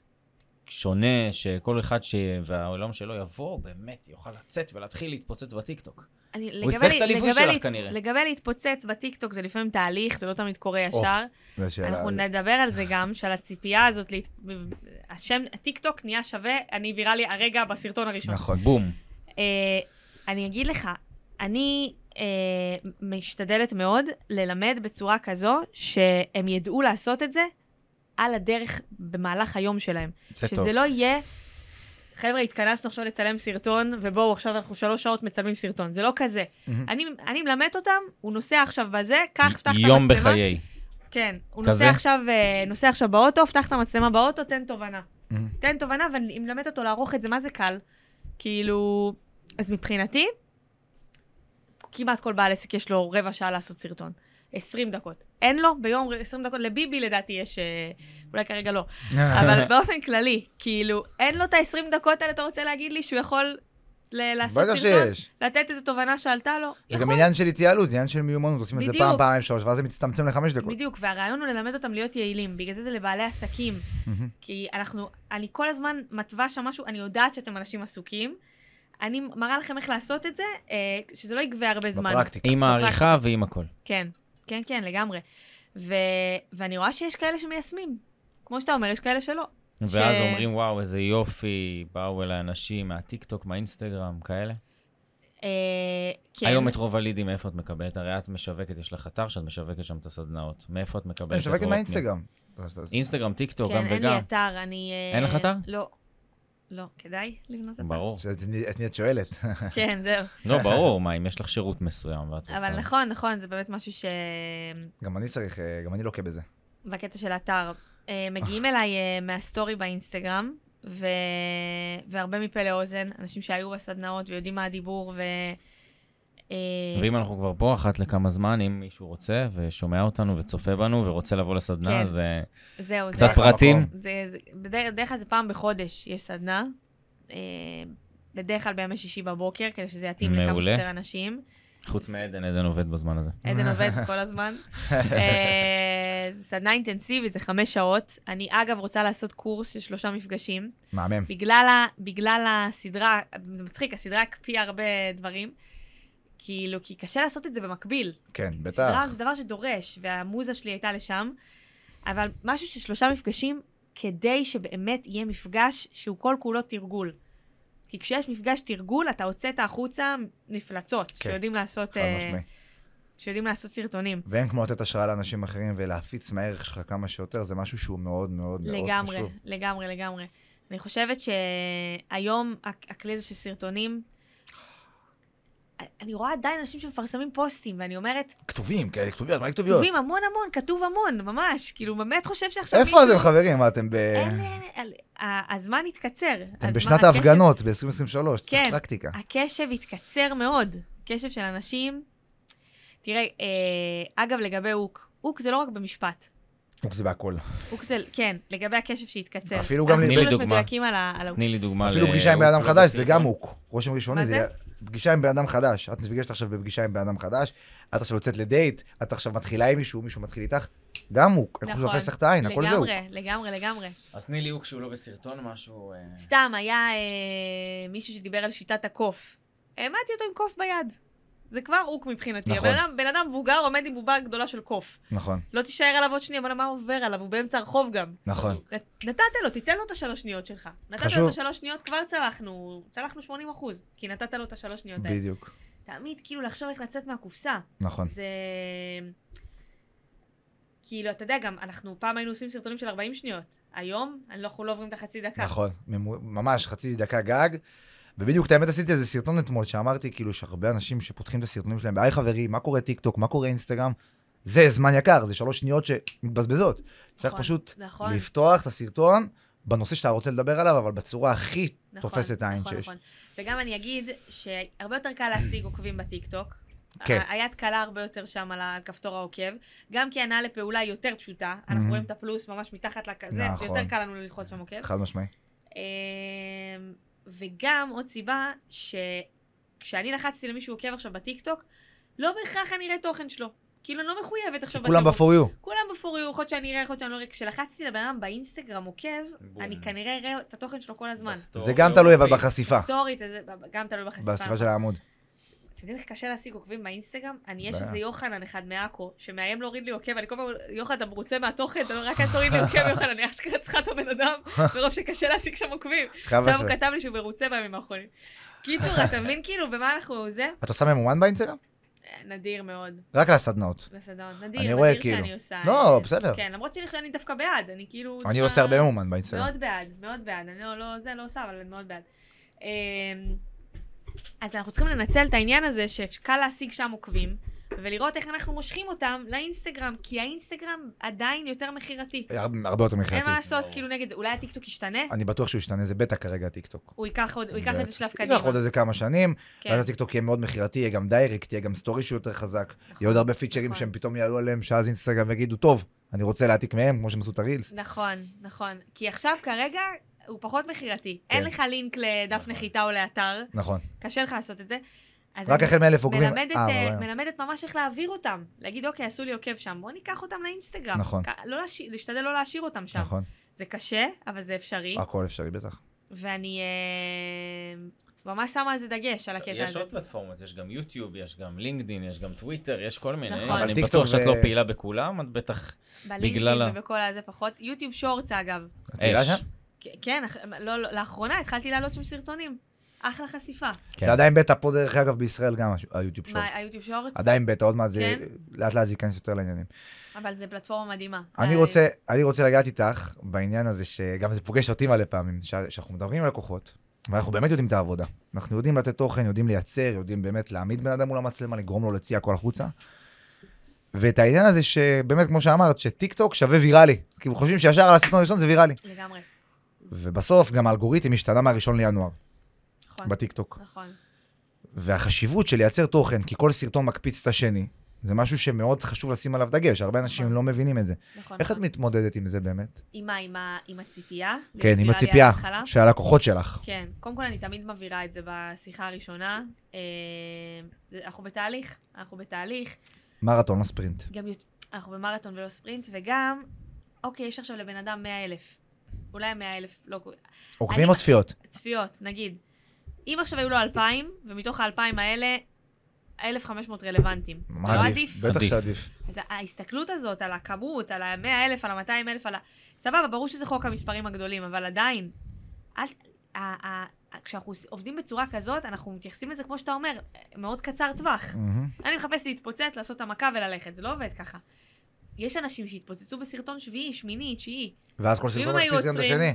שונה, שכל אחד ש... והעולם שלו יבוא, באמת יוכל לצאת ולהתחיל להתפוצץ בטיקטוק.
אני-
הוא
לגבי
יצטרך
לי-
את הליווי
לגבי
שלך
לי-
כנראה.
לגבי להתפוצץ בטיקטוק זה לפעמים תהליך, זה לא תמיד קורה
או,
ישר.
זו שאלה.
אנחנו נדבר על זה גם, של הציפייה הזאת, להת- השם, הטיקטוק נהיה שווה, אני ויראלי הרגע בסרטון הראשון.
נכון.
בום.
אה, אני אגיד לך, אני אה, משתדלת מאוד ללמד בצורה כזו שהם ידעו לעשות את זה על הדרך במהלך היום שלהם.
זה
שזה
טוב.
לא יהיה, חבר'ה, התכנסנו עכשיו לצלם סרטון, ובואו, עכשיו אנחנו שלוש שעות מצלמים סרטון. זה לא כזה.
מהמם.
אני, אני מלמדת אותם, הוא נוסע עכשיו בזה, קח, פתח את המצלמה.
יום בחיי.
כן, הוא
כזה?
נוסע עכשיו, אה, נוסע עכשיו באוטו, פתח את המצלמה באוטו, תן תובנה.
מהמם.
תן תובנה, ואני מלמדת אותו לערוך את זה, מה זה קל? כאילו, אז מבחינתי, כמעט כל בעל עסק יש לו רבע שעה לעשות סרטון. 20 דקות. אין לו ביום 20 דקות, לביבי לדעתי יש, אה, אולי
(laughs)
כרגע לא, אבל באופן כללי, כאילו, אין לו את ה-20 דקות האלה, אתה רוצה להגיד לי שהוא יכול ל- לעשות
בטח
סרטון?
שיש.
לתת איזו תובנה שעלתה לו?
זה
יכול.
גם עניין של התייעלות, זה עניין של מיומנות, עושים את זה פעם,
בדיוק.
פעמיים, שלוש, ואז זה מצטמצם לחמש דקות.
בדיוק, והרעיון הוא ללמד אותם להיות יעילים, בגלל זה זה לבעלי עסקים.
מהמם.
כי אנחנו, אני כל הזמן מתווה שם משהו, אני יודעת שאתם אנשים עסוקים, אני מראה לכם איך לעשות את זה, אה, שזה לא יגבה הרבה זמן.
בפרקטיקה.
עם העריכה ועם הכל.
כן, כן, כן, לגמרי. ו, ואני רואה שיש כאלה שמיישמים. כמו שאתה אומר, יש כאלה שלא.
ואז אומרים, וואו, איזה יופי, באו אליי אנשים מהטיקטוק, מהאינסטגרם, כאלה.
אה, כן.
היום את רוב הלידים, מאיפה את מקבלת? הרי את משווקת, יש לך אתר שאת משווקת שם את הסדנאות. מאיפה את מקבלת?
אני
לא, את
משווקת
רוב
מהאינסטגרם.
הפניות? אינסטגרם, טיקטוק,
כן,
גם
אין לי
וגם.
אתר, אני... אה,
אין לך אתר?
לא. לא, כדאי לבנות אתר.
(laughs)
ברור.
שאת מי- את מי את שואלת? (laughs)
כן,
(laughs)
זהו.
לא, ברור, מה, אם יש לך שירות מסוים ואת רוצה...
אבל נכון, נכון, זה באמת משהו ש...
גם אני צריך, אה, גם אני לוקה בזה.
בקטע של האתר. אה, מגיעים אליי אה, מהסטורי באינסטגרם, ו... והרבה מפה לאוזן, אנשים שהיו בסדנאות ויודעים מה הדיבור, ו... אה,
ואם אנחנו כבר פה, אחת לכמה זמן, אם מישהו רוצה ושומע אותנו וצופה בנו ורוצה לבוא לסדנה,
כן.
אז אה,
זהו,
קצת
זה-
פרטים.
זה, זה, בדרך, בדרך כלל זה פעם בחודש יש סדנה, אה, בדרך כלל בימי שישי בבוקר, כדי שזה יתאים לכמה
מעולה.
שיותר אנשים.
חוץ מעדן, עדן עובד בזמן הזה.
עדן
(laughs)
עובד כל הזמן. אה, זו סדנה אינטנסיבית, זה חמש שעות. אני אגב רוצה לעשות קורס של שלושה מפגשים.
מהמם.
בגלל, ה, בגלל הסדרה, זה מצחיק, הסדרה הקפיאה הרבה דברים. כאילו, כי קשה לעשות את זה במקביל.
כן,
סדרה
בטח.
זה דבר שדורש, והמוזה שלי הייתה לשם. אבל משהו של שלושה מפגשים, כדי שבאמת יהיה מפגש שהוא כל-כולו תרגול. כי כשיש מפגש תרגול, אתה הוצאת החוצה מפלצות,
כן.
שיודעים לעשות,
חד
אה,
משמעי.
שיודעים לעשות סרטונים.
ואין כמו לתת השראה לאנשים אחרים ולהפיץ מהערך שלך כמה שיותר, זה משהו שהוא מאוד מאוד מאוד
לגמרי,
חשוב.
לגמרי, לגמרי. אני חושבת שהיום הכ- הכלי הזה של סרטונים, אני רואה עדיין אנשים שמפרסמים פוסטים, ואני אומרת,
כתובים, כאלה כתוביות, מה כתוביות?
כתובים המון המון, כתוב המון, ממש. כאילו, באמת חושב שעכשיו
איפה אתם חברים? מה, אתם ב...
אין, אין, אין, ה- הזמן התקצר.
אתם
הזמן-
בשנת
הקשב-
ההפגנות, ב-2023, צריך
כן.
פרקטיקה.
הקשב התקצר מאוד. קשב של אנשים. תראה, אה, אגב, לגבי אוק, אוק זה לא רק במשפט. אה.
זה בהכל.
אוק זה, כן, לגבי הקשב שהתקצר.
אפילו גם
לי-
אנחנו צריכים
תני לי
להיות
דוגמה.
מדויקים על ה- על האוק.
תני לי דוגמה.
אפילו
ל-
פגישה עם בן אדם
לא
חדש, זה אוקיי,
בסרטון.
גם הוק. רושם ראשוני
מה
זה
זה?
פגישה עם בן אדם חדש. את נפגשת עכשיו בפגישה עם בן אדם חדש, את עכשיו יוצאת לדייט, את עכשיו מתחילה עם מישהו, מישהו מתחיל איתך, גם הוק. איך הוא
נכון.
שופס לך את העין, הכל זהו.
לגמרי, לגמרי, לגמרי.
אז תני לי הוק שהוא לא בסרטון, משהו... אה,
סתם, היה אה, מישהו שדיבר על שיטת הקוף. העמדתי אותו עם קוף ביד. זה כבר אוק מבחינתי.
נכון.
הבן אדם- בן אדם מבוגר עומד עם בובה גדולה של קוף.
נכון,
לא תישאר עליו עוד שנייה, בוא'נה, מה עובר עליו? הוא באמצע הרחוב גם.
נכון.
נ- נתת לו, תיתן לו את השלוש שניות שלך. נתת
חשוב.
לו את השלוש שניות, כבר צלחנו, צלחנו 80 אחוז, כי נתת לו את השלוש שניות האלה.
בדיוק.
תמיד כאילו לחשוב איך לצאת מהקופסה.
נכון.
זה... כאילו, אתה יודע, גם אנחנו פעם היינו עושים סרטונים של 40 שניות. היום, אני לא- אנחנו לא עוברים את החצי דקה.
נכון, ממו- ממש חצי דקה גג. ובדיוק, את האמת, עשיתי איזה סרטון אתמול, שאמרתי כאילו שהרבה אנשים שפותחים את הסרטונים שלהם, היי חברים, מה קורה טיק טוק, מה קורה אינסטגרם, זה זמן יקר, זה שלוש שניות שמתבזבזות. צריך
נכון,
פשוט
נכון.
לפתוח את הסרטון בנושא שאתה רוצה לדבר עליו, אבל בצורה הכי תופסת עין
נכון,
שיש.
נכון. וגם אני אגיד שהרבה יותר קל להשיג עוקבים בטיקטוק.
כן.
ה- היד קלה הרבה יותר שם על הכפתור העוקב, גם כי הנעה לפעולה היא יותר פשוטה, אנחנו
Mhm.
רואים את הפלוס ממש מתחת לכזה,
נכון.
יותר קל לנו ללחוץ שם עוקב.
חד משמעי.
אמ, וגם עוד סיבה, שכשאני לחצתי למישהו עוקב עכשיו בטיקטוק, לא בהכרח אני אראה תוכן שלו. כאילו, אני לא מחויבת עכשיו
כולם
בטירוף.
ב-for you.
כולם בפוריו, יכול להיות שאני אראה, יכול להיות שאני לא אראה. כשלחצתי לבן אדם באינסטגרם עוקב,
בום.
אני כנראה אראה את התוכן שלו כל הזמן.
בסטורי,
זה גם תלוי אבל
אוקיי.
בחשיפה,
סטורית, אז זה גם תלוי בחשיפה.
בחשיפה של העמוד.
אתם יודעים איך קשה להשיג עוקבים באינסטגרם? אני, יש
בעיה.
איזה יוחנן אחד מעכו, שמאיים להוריד לי עוקב, אני כל פעם, יוחנן, אתה מרוצה מהתוכן, אתה לא רק אל תוריד לי עוקב, יוחנן, אני אשכרה צריכה את הבן אדם, מרוב שקשה להשיג שם עוקבים.
חייב
עכשיו הוא
לשבת.
כתב לי שהוא מרוצה בימים האחרונים. קיצור, אתה מבין כאילו במה אנחנו, זה?
את עושה ממומן באינסטגרם?
נדיר מאוד,
רק לסדנאות.
לסדנאות. נדיר,
אני רואה
נדיר
כאילו.
שאני עושה.
לא,
אה,
בסדר.
כן, למרות שאני אני דווקא בעד, אני כאילו...
אני
עושה-
עושה הרבה ממומן באינסטגרם.
מאוד בעד, מאוד בעד. אני לא, לא, זה לא עושה, אבל אני מאוד בעד. אמ, אז אנחנו צריכים לנצל את העניין הזה שקל להשיג שם עוקבים, ולראות איך אנחנו מושכים אותם לאינסטגרם, כי האינסטגרם עדיין יותר מכירתי.
הרבה- הרבה יותר
אין מה
מחייתי.
לעשות,
ברור.
כאילו נגד זה. אולי הטיקטוק ישתנה,
אני בטוח שהוא ישתנה, זה בטח כרגע הטיקטוק. לא
הוא ייקח עוד- הוא ייקח את זה שלב
ייקח
קדימה.
עוד איזה כמה שנים,
כן,
ואז הטיקטוק יהיה מאוד מכירתי, יהיה גם דיירקט, יהיה גם סטורי שהוא יותר חזק,
נכון,
יהיה עוד הרבה פיצ'רים
נכון.
שהם פתאום יעלו עליהם, שאז אינסטגרם יגידו, טוב, אני רוצה להעתיק מהם, כמו שהם עשו את הרילס.
נכון, נכון. כי עכשיו כרגע הוא פחות מכירתי. אין
כן.
לך לינק לדף
נכון.
נחיתה או לאתר,
נכון.
קשה לך לעשות את זה. אז
רק
אני-
החל מאלף עוקבים.
מלמדת,
אה,
אה,
אבל-
מלמדת ממש איך להעביר אותם. להגיד, אוקיי, עשו לי עוקב שם, בואו ניקח אותם לאינסטגרם.
נכון.
כ- לא להשאיר- להשתדל לא להשאיר אותם שם.
נכון,
זה קשה, אבל זה אפשרי,
הכל אפשרי בטח.
ואני אה, ממש שמה על זה דגש, על הקטע
יש
הזה.
עוד פלטפורמות, יש גם יוטיוב, יש גם לינקדין, יש גם טוויטר, יש כל מיני.
נכון. אבל
אני
טיקטוק
בטוח שאת לא
זה-
פעילה בכולם, את בטח... בגלל ה-
בלינקדאין ובכל הזה פחות. יוטיוב שורטס, אגב.
את פעילה
אש.
שם?
כ- כן, אח- לא, לא, לאחרונה התחלתי להעלות שם סרטונים. אחלה חשיפה.
כן.
זה עדיין בטא פה דרך אגב בישראל גם, הש- היוטיוב שורטס.
מה, היוטיוב שורטס?
עדיין בטא, עוד מעט זה,
כן.
לאט לאט זה ייכנס יותר לעניינים.
אבל זה פלטפורמה מדהימה.
אני
אה,
רוצה, אני רוצה לגעת איתך בעניין הזה, שגם זה פוגש אותי מלא פעמים, ש- שאנחנו מדברים עם לקוחות, ואנחנו באמת יודעים את העבודה. אנחנו יודעים לתת תוכן, יודעים לייצר, יודעים באמת להעמיד בן אדם מול המצלמה, לגרום לו להוציא הכל החוצה. ואת העניין הזה שבאמת, כמו שאמרת, שטיק טוק שווה ויראלי. כאילו חושבים שישר על הסרטון הראשון זה ויראלי.
לגמרי.
ובסוף גם האלגוריתם השתנה מהראשון לינואר,
נכון.
בטיק טוק.
נכון.
והחשיבות של לייצר תוכן, כי כל סרטון מקפיץ את השני, זה משהו שמאוד חשוב לשים עליו דגש, הרבה אנשים
נכון.
לא מבינים את זה.
נכון.
איך את
נכון.
מתמודדת עם זה באמת?
עם מה? עם ה- עם הציפייה?
כן, עם
להיות ויראלי
הציפייה
על ההתחלה?
של הלקוחות שלך.
כן, קודם כל אני תמיד מבהירה את זה בשיחה הראשונה. אה, אנחנו בתהליך, אנחנו בתהליך.
מרתון, לא ספרינט.
גם יות- אנחנו במרתון ולא ספרינט, וגם, אוקיי, יש עכשיו לבן אדם 100 אלף. אולי 100 אלף, לא,
עוקבים
אני- לא
או צפיות?
צפיות, נגיד. אם עכשיו היו לו 2,000, ומתוך ה-2,000 האלה, 1,500 רלוונטיים.
מה
לא עדיף?
בטח
עדיף.
שעדיף.
אז ההסתכלות הזאת על הכמות, על ה-100 אלף, על ה-200 אלף, על ה... סבבה, ברור שזה חוק המספרים הגדולים, אבל עדיין, אל... ה- ה- ה- כשאנחנו עוש- עובדים בצורה כזאת, אנחנו מתייחסים לזה, כמו שאתה אומר, מאוד קצר טווח.
מהמם.
אני מחפש להתפוצץ, לעשות את המכה וללכת, זה לא עובד ככה. יש אנשים שהתפוצצו בסרטון שביעי, שמיני, תשיעי,
ואז כל
ואם
סרטון
היו
מקפיץ גם את
עוצרים?
השני.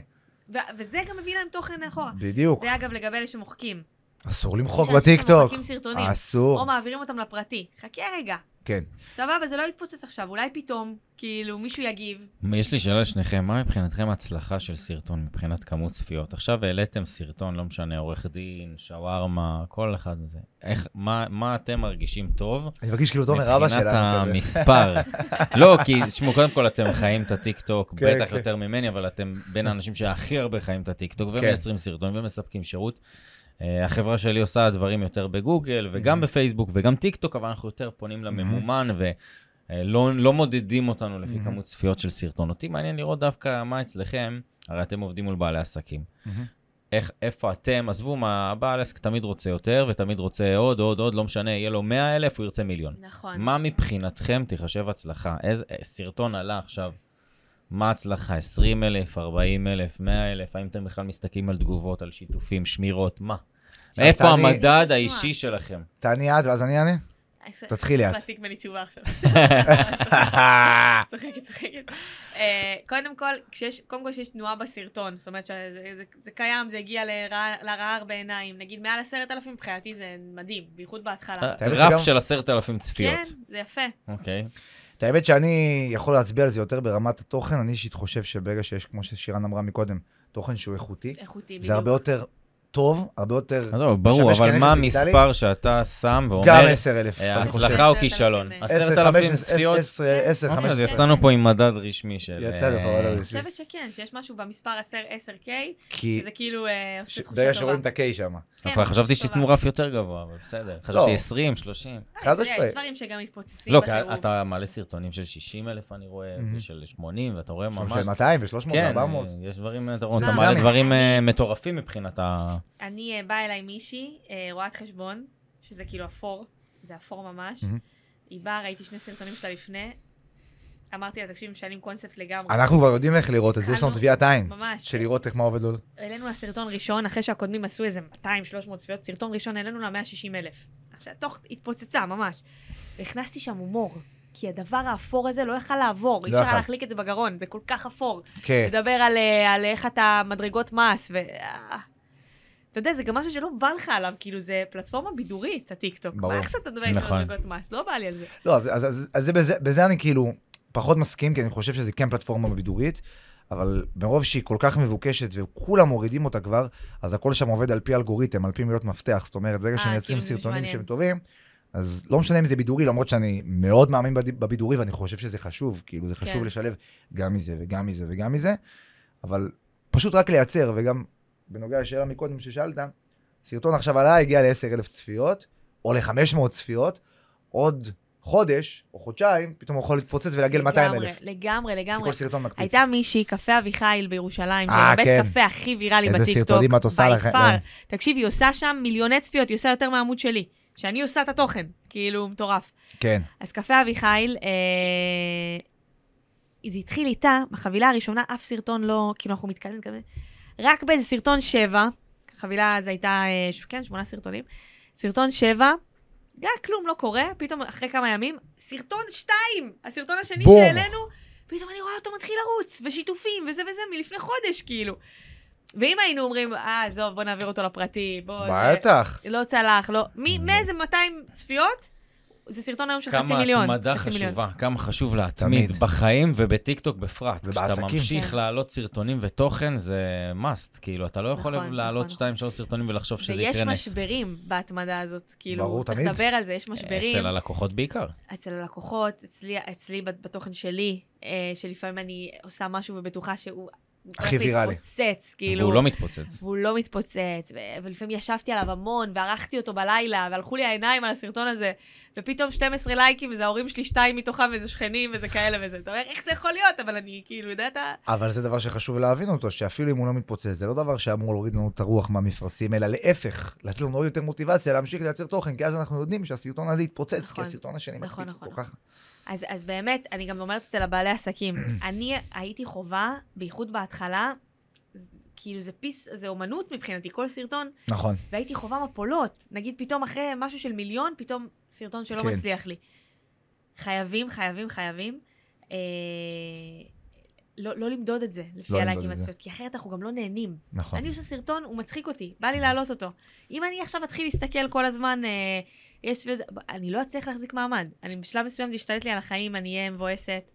ו- וזה גם מביא להם תוכן מאחורה.
בדיוק.
זה אגב לגבי אלה שמוחקים.
אסור למחוק
יש אנשים
בטיקטוק.
שמוחקים סרטונים, או
אסור.
מעבירים אותם לפרטי. חכה רגע,
כן.
סבבה, זה לא יתפוצץ עכשיו, אולי פתאום, כאילו, מישהו יגיב.
יש לי שאלה לשניכם, מה מבחינתכם ההצלחה של סרטון מבחינת כמות צפיות? עכשיו העליתם סרטון, לא משנה, עורך דין, שווארמה, כל אחד מזה. איך, מה, מה אתם מרגישים טוב?
אני מרגיש כאילו תומר אבא
מבחינת
שלנו כזה. (laughs)
המספר. לא, כי תשמעו, קודם כל אתם חיים את הטיקטוק,
כן,
בטח
כן.
יותר ממני, אבל אתם בין האנשים שהכי הרבה חיים את הטיקטוק, ומייצרים סרטון ומספקים שירות. אה, החברה שלי עושה דברים יותר בגוגל, וגם
Mhm.
בפייסבוק, וגם טיקטוק, אבל אנחנו יותר פונים לממומן, ולא לא מודדים אותנו לפי
Mhm.
כמות צפיות של סרטון. אותי מעניין לראות דווקא מה אצלכם, הרי אתם עובדים מול בעלי עסקים.
מהמם.
איך, איפה אתם, עזבו מה, הבעל עסק תמיד רוצה יותר, ותמיד רוצה עוד, עוד, עוד, לא משנה, יהיה לו 100 אלף, הוא ירצה מיליון.
נכון.
מה מבחינתכם תיחשב הצלחה? איזה אה, סרטון עלה עכשיו, מה הצלחה? 20 אלף, 40 אלף, 100 אלף? האם אתם בכלל מסתכלים על תגובות, על שיתופים, שמירות, מה?
עכשיו,
איפה
תעני-
המדד האישי שלכם?
תעני את ואז אני אענה? תתחילי את.
להעתיק ממני תשובה עכשיו. (laughs)
(laughs)
צוחקת, צוחקת. אה, קודם כל, כשיש, קודם כל שיש תנועה בסרטון, זאת אומרת שזה זה, זה קיים, זה הגיע לרע- לרער בעיניים. נגיד מעל עשרת אלפים מבחינתי זה מדהים, בייחוד בהתחלה.
האמת
אה, רף
שגם-
של 10,000
כן,
צפיות.
זה יפה.
אוקיי.
את האמת שאני יכול להצביע על זה יותר ברמת התוכן, אני אישית חושב שברגע שיש, כמו ששירן אמרה מקודם, תוכן שהוא איכותי,
איכותי
זה הרבה
בדיוק.
יותר טוב, הרבה יותר...
אז לא, ברור,
משמש
אבל
כנכס
מה
דיגיטלי?
המספר שאתה שם
גם
ואומר,
10,000.
אה,
אני חושב.
הצלחה או כישלון? 10,000 צפיות?
10,
אוקיי,
15.
אז יצאנו פה עם מדד רשמי של...
יצא לא
אה,
לך עוד
כן. אני
איזה
חושבת שכן, שיש משהו במספר 10, 10K,
כי
שזה כאילו אה, עושה תחושה
ברגע
טובה.
שרואים את ה-K שם.
כן,
אבל חשבתי
תחושה
שתיתנו
טובה.
רף יותר גבוה, אבל
לא.
בסדר. חשבתי 20, 30.
אה,
חד
אתה יודע,
משמעית.
יש דברים שגם מתפוצצים
לא, כי
בטירוף.
אתה מעלה סרטונים של 60 אלף, אני רואה,
Mhm.
ושל 80, ואתה רואה
ממש.
ממש...
200 ו-300
כן,
ו-400.
אה, יש דברים, אתה רואה,
זה
אתה
גם
מעלה
גם-
דברים אה, מטורפים מבחינת ה...
אני אה, באה אליי מישהי, אה, רואת חשבון, שזה כאילו אפור, זה אפור ממש.
מהמם.
היא באה, ראיתי שני סרטונים שלה לפני, אמרתי לה, תקשיב, משנים קונספט לגמרי.
אנחנו כבר יודעים איך לראות את זה, יש לנו
התחלנו-
טביעת עין.
אה, ממש.
של לראות איך מה עובד לא. לו.
העלינו לה סרטון ראשון, אחרי שהקודמים עשו איזה 200-300 צפיות, סרטון ראשון העלינו לה 160 אלף. עכשיו, תוך התפוצצה, ממש. והכנסתי שם הומור, כי הדבר האפור הזה לא יכל לעבור, אי
לא
אפשר
יכל.
היה להחליק את זה בגרון, זה כל כך אפור.
כן.
לדבר על, אה, על איך אתה מדרגות מס, ו... אה. אתה יודע, זה גם משהו שלא בא לך עליו, כאילו, זה פלטפורמה בידורית, הטיקטוק.
ברור.
מה עכשיו אתה מדבר על
נכון.
מדרגות מס? לא בא לי על זה.
לא, אז- אז- אז- אז זה בזה- בזה אני כאילו פחות מסכים, כי אני חושב שזה כן פלטפורמה בידורית, אבל מרוב שהיא כל כך מבוקשת וכולם מורידים אותה כבר, אז הכל שם עובד על פי אלגוריתם, על פי מילות מפתח. זאת אומרת, ברגע
אה,
שמייצרים
כאילו, זה
סרטונים
מעניין.
שהם טובים, אז לא משנה אם זה בידורי, למרות שאני מאוד מאמין בד- בבידורי, ואני חושב שזה חשוב, כאילו זה חשוב
כן.
לשלב גם מזה וגם מזה וגם מזה, אבל פשוט רק לייצר, וגם בנוגע לשאלה מקודם ששאלת, סרטון עכשיו עלה, הגיע ל-10,000 צפיות, או ל-500 צפיות, עוד חודש או חודשיים, פתאום הוא יכול להתפוצץ ולהגיע ל-200,000.
לגמרי, לגמרי, לגמרי.
כל סרטון מקפיץ.
הייתה מישהי, קפה אביחיל בירושלים,
אה,
שהיא הבית
כן.
קפה הכי ויראלי
איזה
בטיקטוק.
סרטונים את עושה
by
לכם,
far.
כן.
תקשיב, היא עושה שם מיליוני צפיות, היא עושה יותר מהעמוד שלי. שאני עושה את התוכן, כאילו, מטורף.
כן.
אז קפה אביחיל, אה, זה התחיל איתה, בחבילה הראשונה אף סרטון לא, כאילו, אנחנו מתקדמים, מתקדמים. רק באיזה סרטון שבע, החבילה הזו הייתה, אה, ש- כן, שמונה סרטונים, סרטון שבע, גם כלום לא קורה, פתאום אחרי כמה ימים, סרטון שתיים, הסרטון השני
בום.
שהעלינו, פתאום אני רואה אותו מתחיל לרוץ, ושיתופים, וזה וזה, מלפני חודש, כאילו. ואם היינו אומרים, אה, עזוב, בוא נעביר אותו לפרטי, בוא... זה-
בטח.
לא צלח, לא... מ- מאיזה 200 צפיות? זה סרטון היום של חצי
כמה
מיליון.
התמדה
חצי מיליון.
חשובה, כמה חשוב להתמיד
תמיד.
בחיים ובטיקטוק בפרט. כשאתה
ובעסקים.
ממשיך
כן.
להעלות סרטונים ותוכן, זה must. כאילו, אתה לא יכול
נכון,
להעלות
נכון.
שתיים, שלוש סרטונים ולחשוב שזה
ויש
יקרה נס.
משברים בהתמדה הזאת, כאילו,
ברור,
צריך
תמיד.
לדבר על זה, יש משברים.
אצל הלקוחות בעיקר.
אצל הלקוחות, אצלי, אצלי בת- בתוכן שלי, אה, שלפעמים אני עושה משהו ובטוחה שהוא... הוא
הכי
הולך
ויראלי.
להתפוצץ, כאילו.
והוא לא מתפוצץ.
והוא לא מתפוצץ, ו- ולפעמים ישבתי עליו המון, וערכתי אותו בלילה, והלכו לי העיניים על הסרטון הזה, ופתאום 12 לייקים, וזה ההורים שלי שתיים מתוכם, וזה שכנים, וזה כאלה וזה. אתה אומר, איך זה יכול להיות? אבל אני כאילו יודעת...
אבל זה דבר שחשוב להבין אותו, שאפילו אם הוא לא מתפוצץ, זה לא דבר שאמור להוריד לנו את הרוח מהמפרשים, אלא להפך, לתת לנו עוד יותר מוטיבציה להמשיך לייצר תוכן, כי אז אנחנו יודעים שהסרטון הזה יתפוצץ, כי
נכון.
הסרטון השני
נכון,
מקפיץ
נכון,
כל כך.
אז, אז באמת, אני גם אומרת אצל הבעלי עסקים,
(clears throat)
אני הייתי חווה, בייחוד בהתחלה, כאילו זה פיס, זה אומנות מבחינתי, כל סרטון,
נכון.
והייתי חווה מפולות. נגיד פתאום אחרי משהו של מיליון, פתאום סרטון שלא
כן.
כן. מצליח לי. חייבים, חייבים, חייבים. אה, לא, לא למדוד את זה, לפי
למדוד
הלייקים
את זה.
והצפיות, כי אחרת אנחנו גם לא נהנים.
נכון.
אני עושה סרטון, הוא מצחיק אותי, בא לי להעלות אותו. אם אני עכשיו אתחיל להסתכל כל הזמן, אה, יש סביב זה, אני לא אצליח להחזיק מעמד. אני בשלב מסוים זה ישתלט לי על החיים, אני אהיה מבואסת.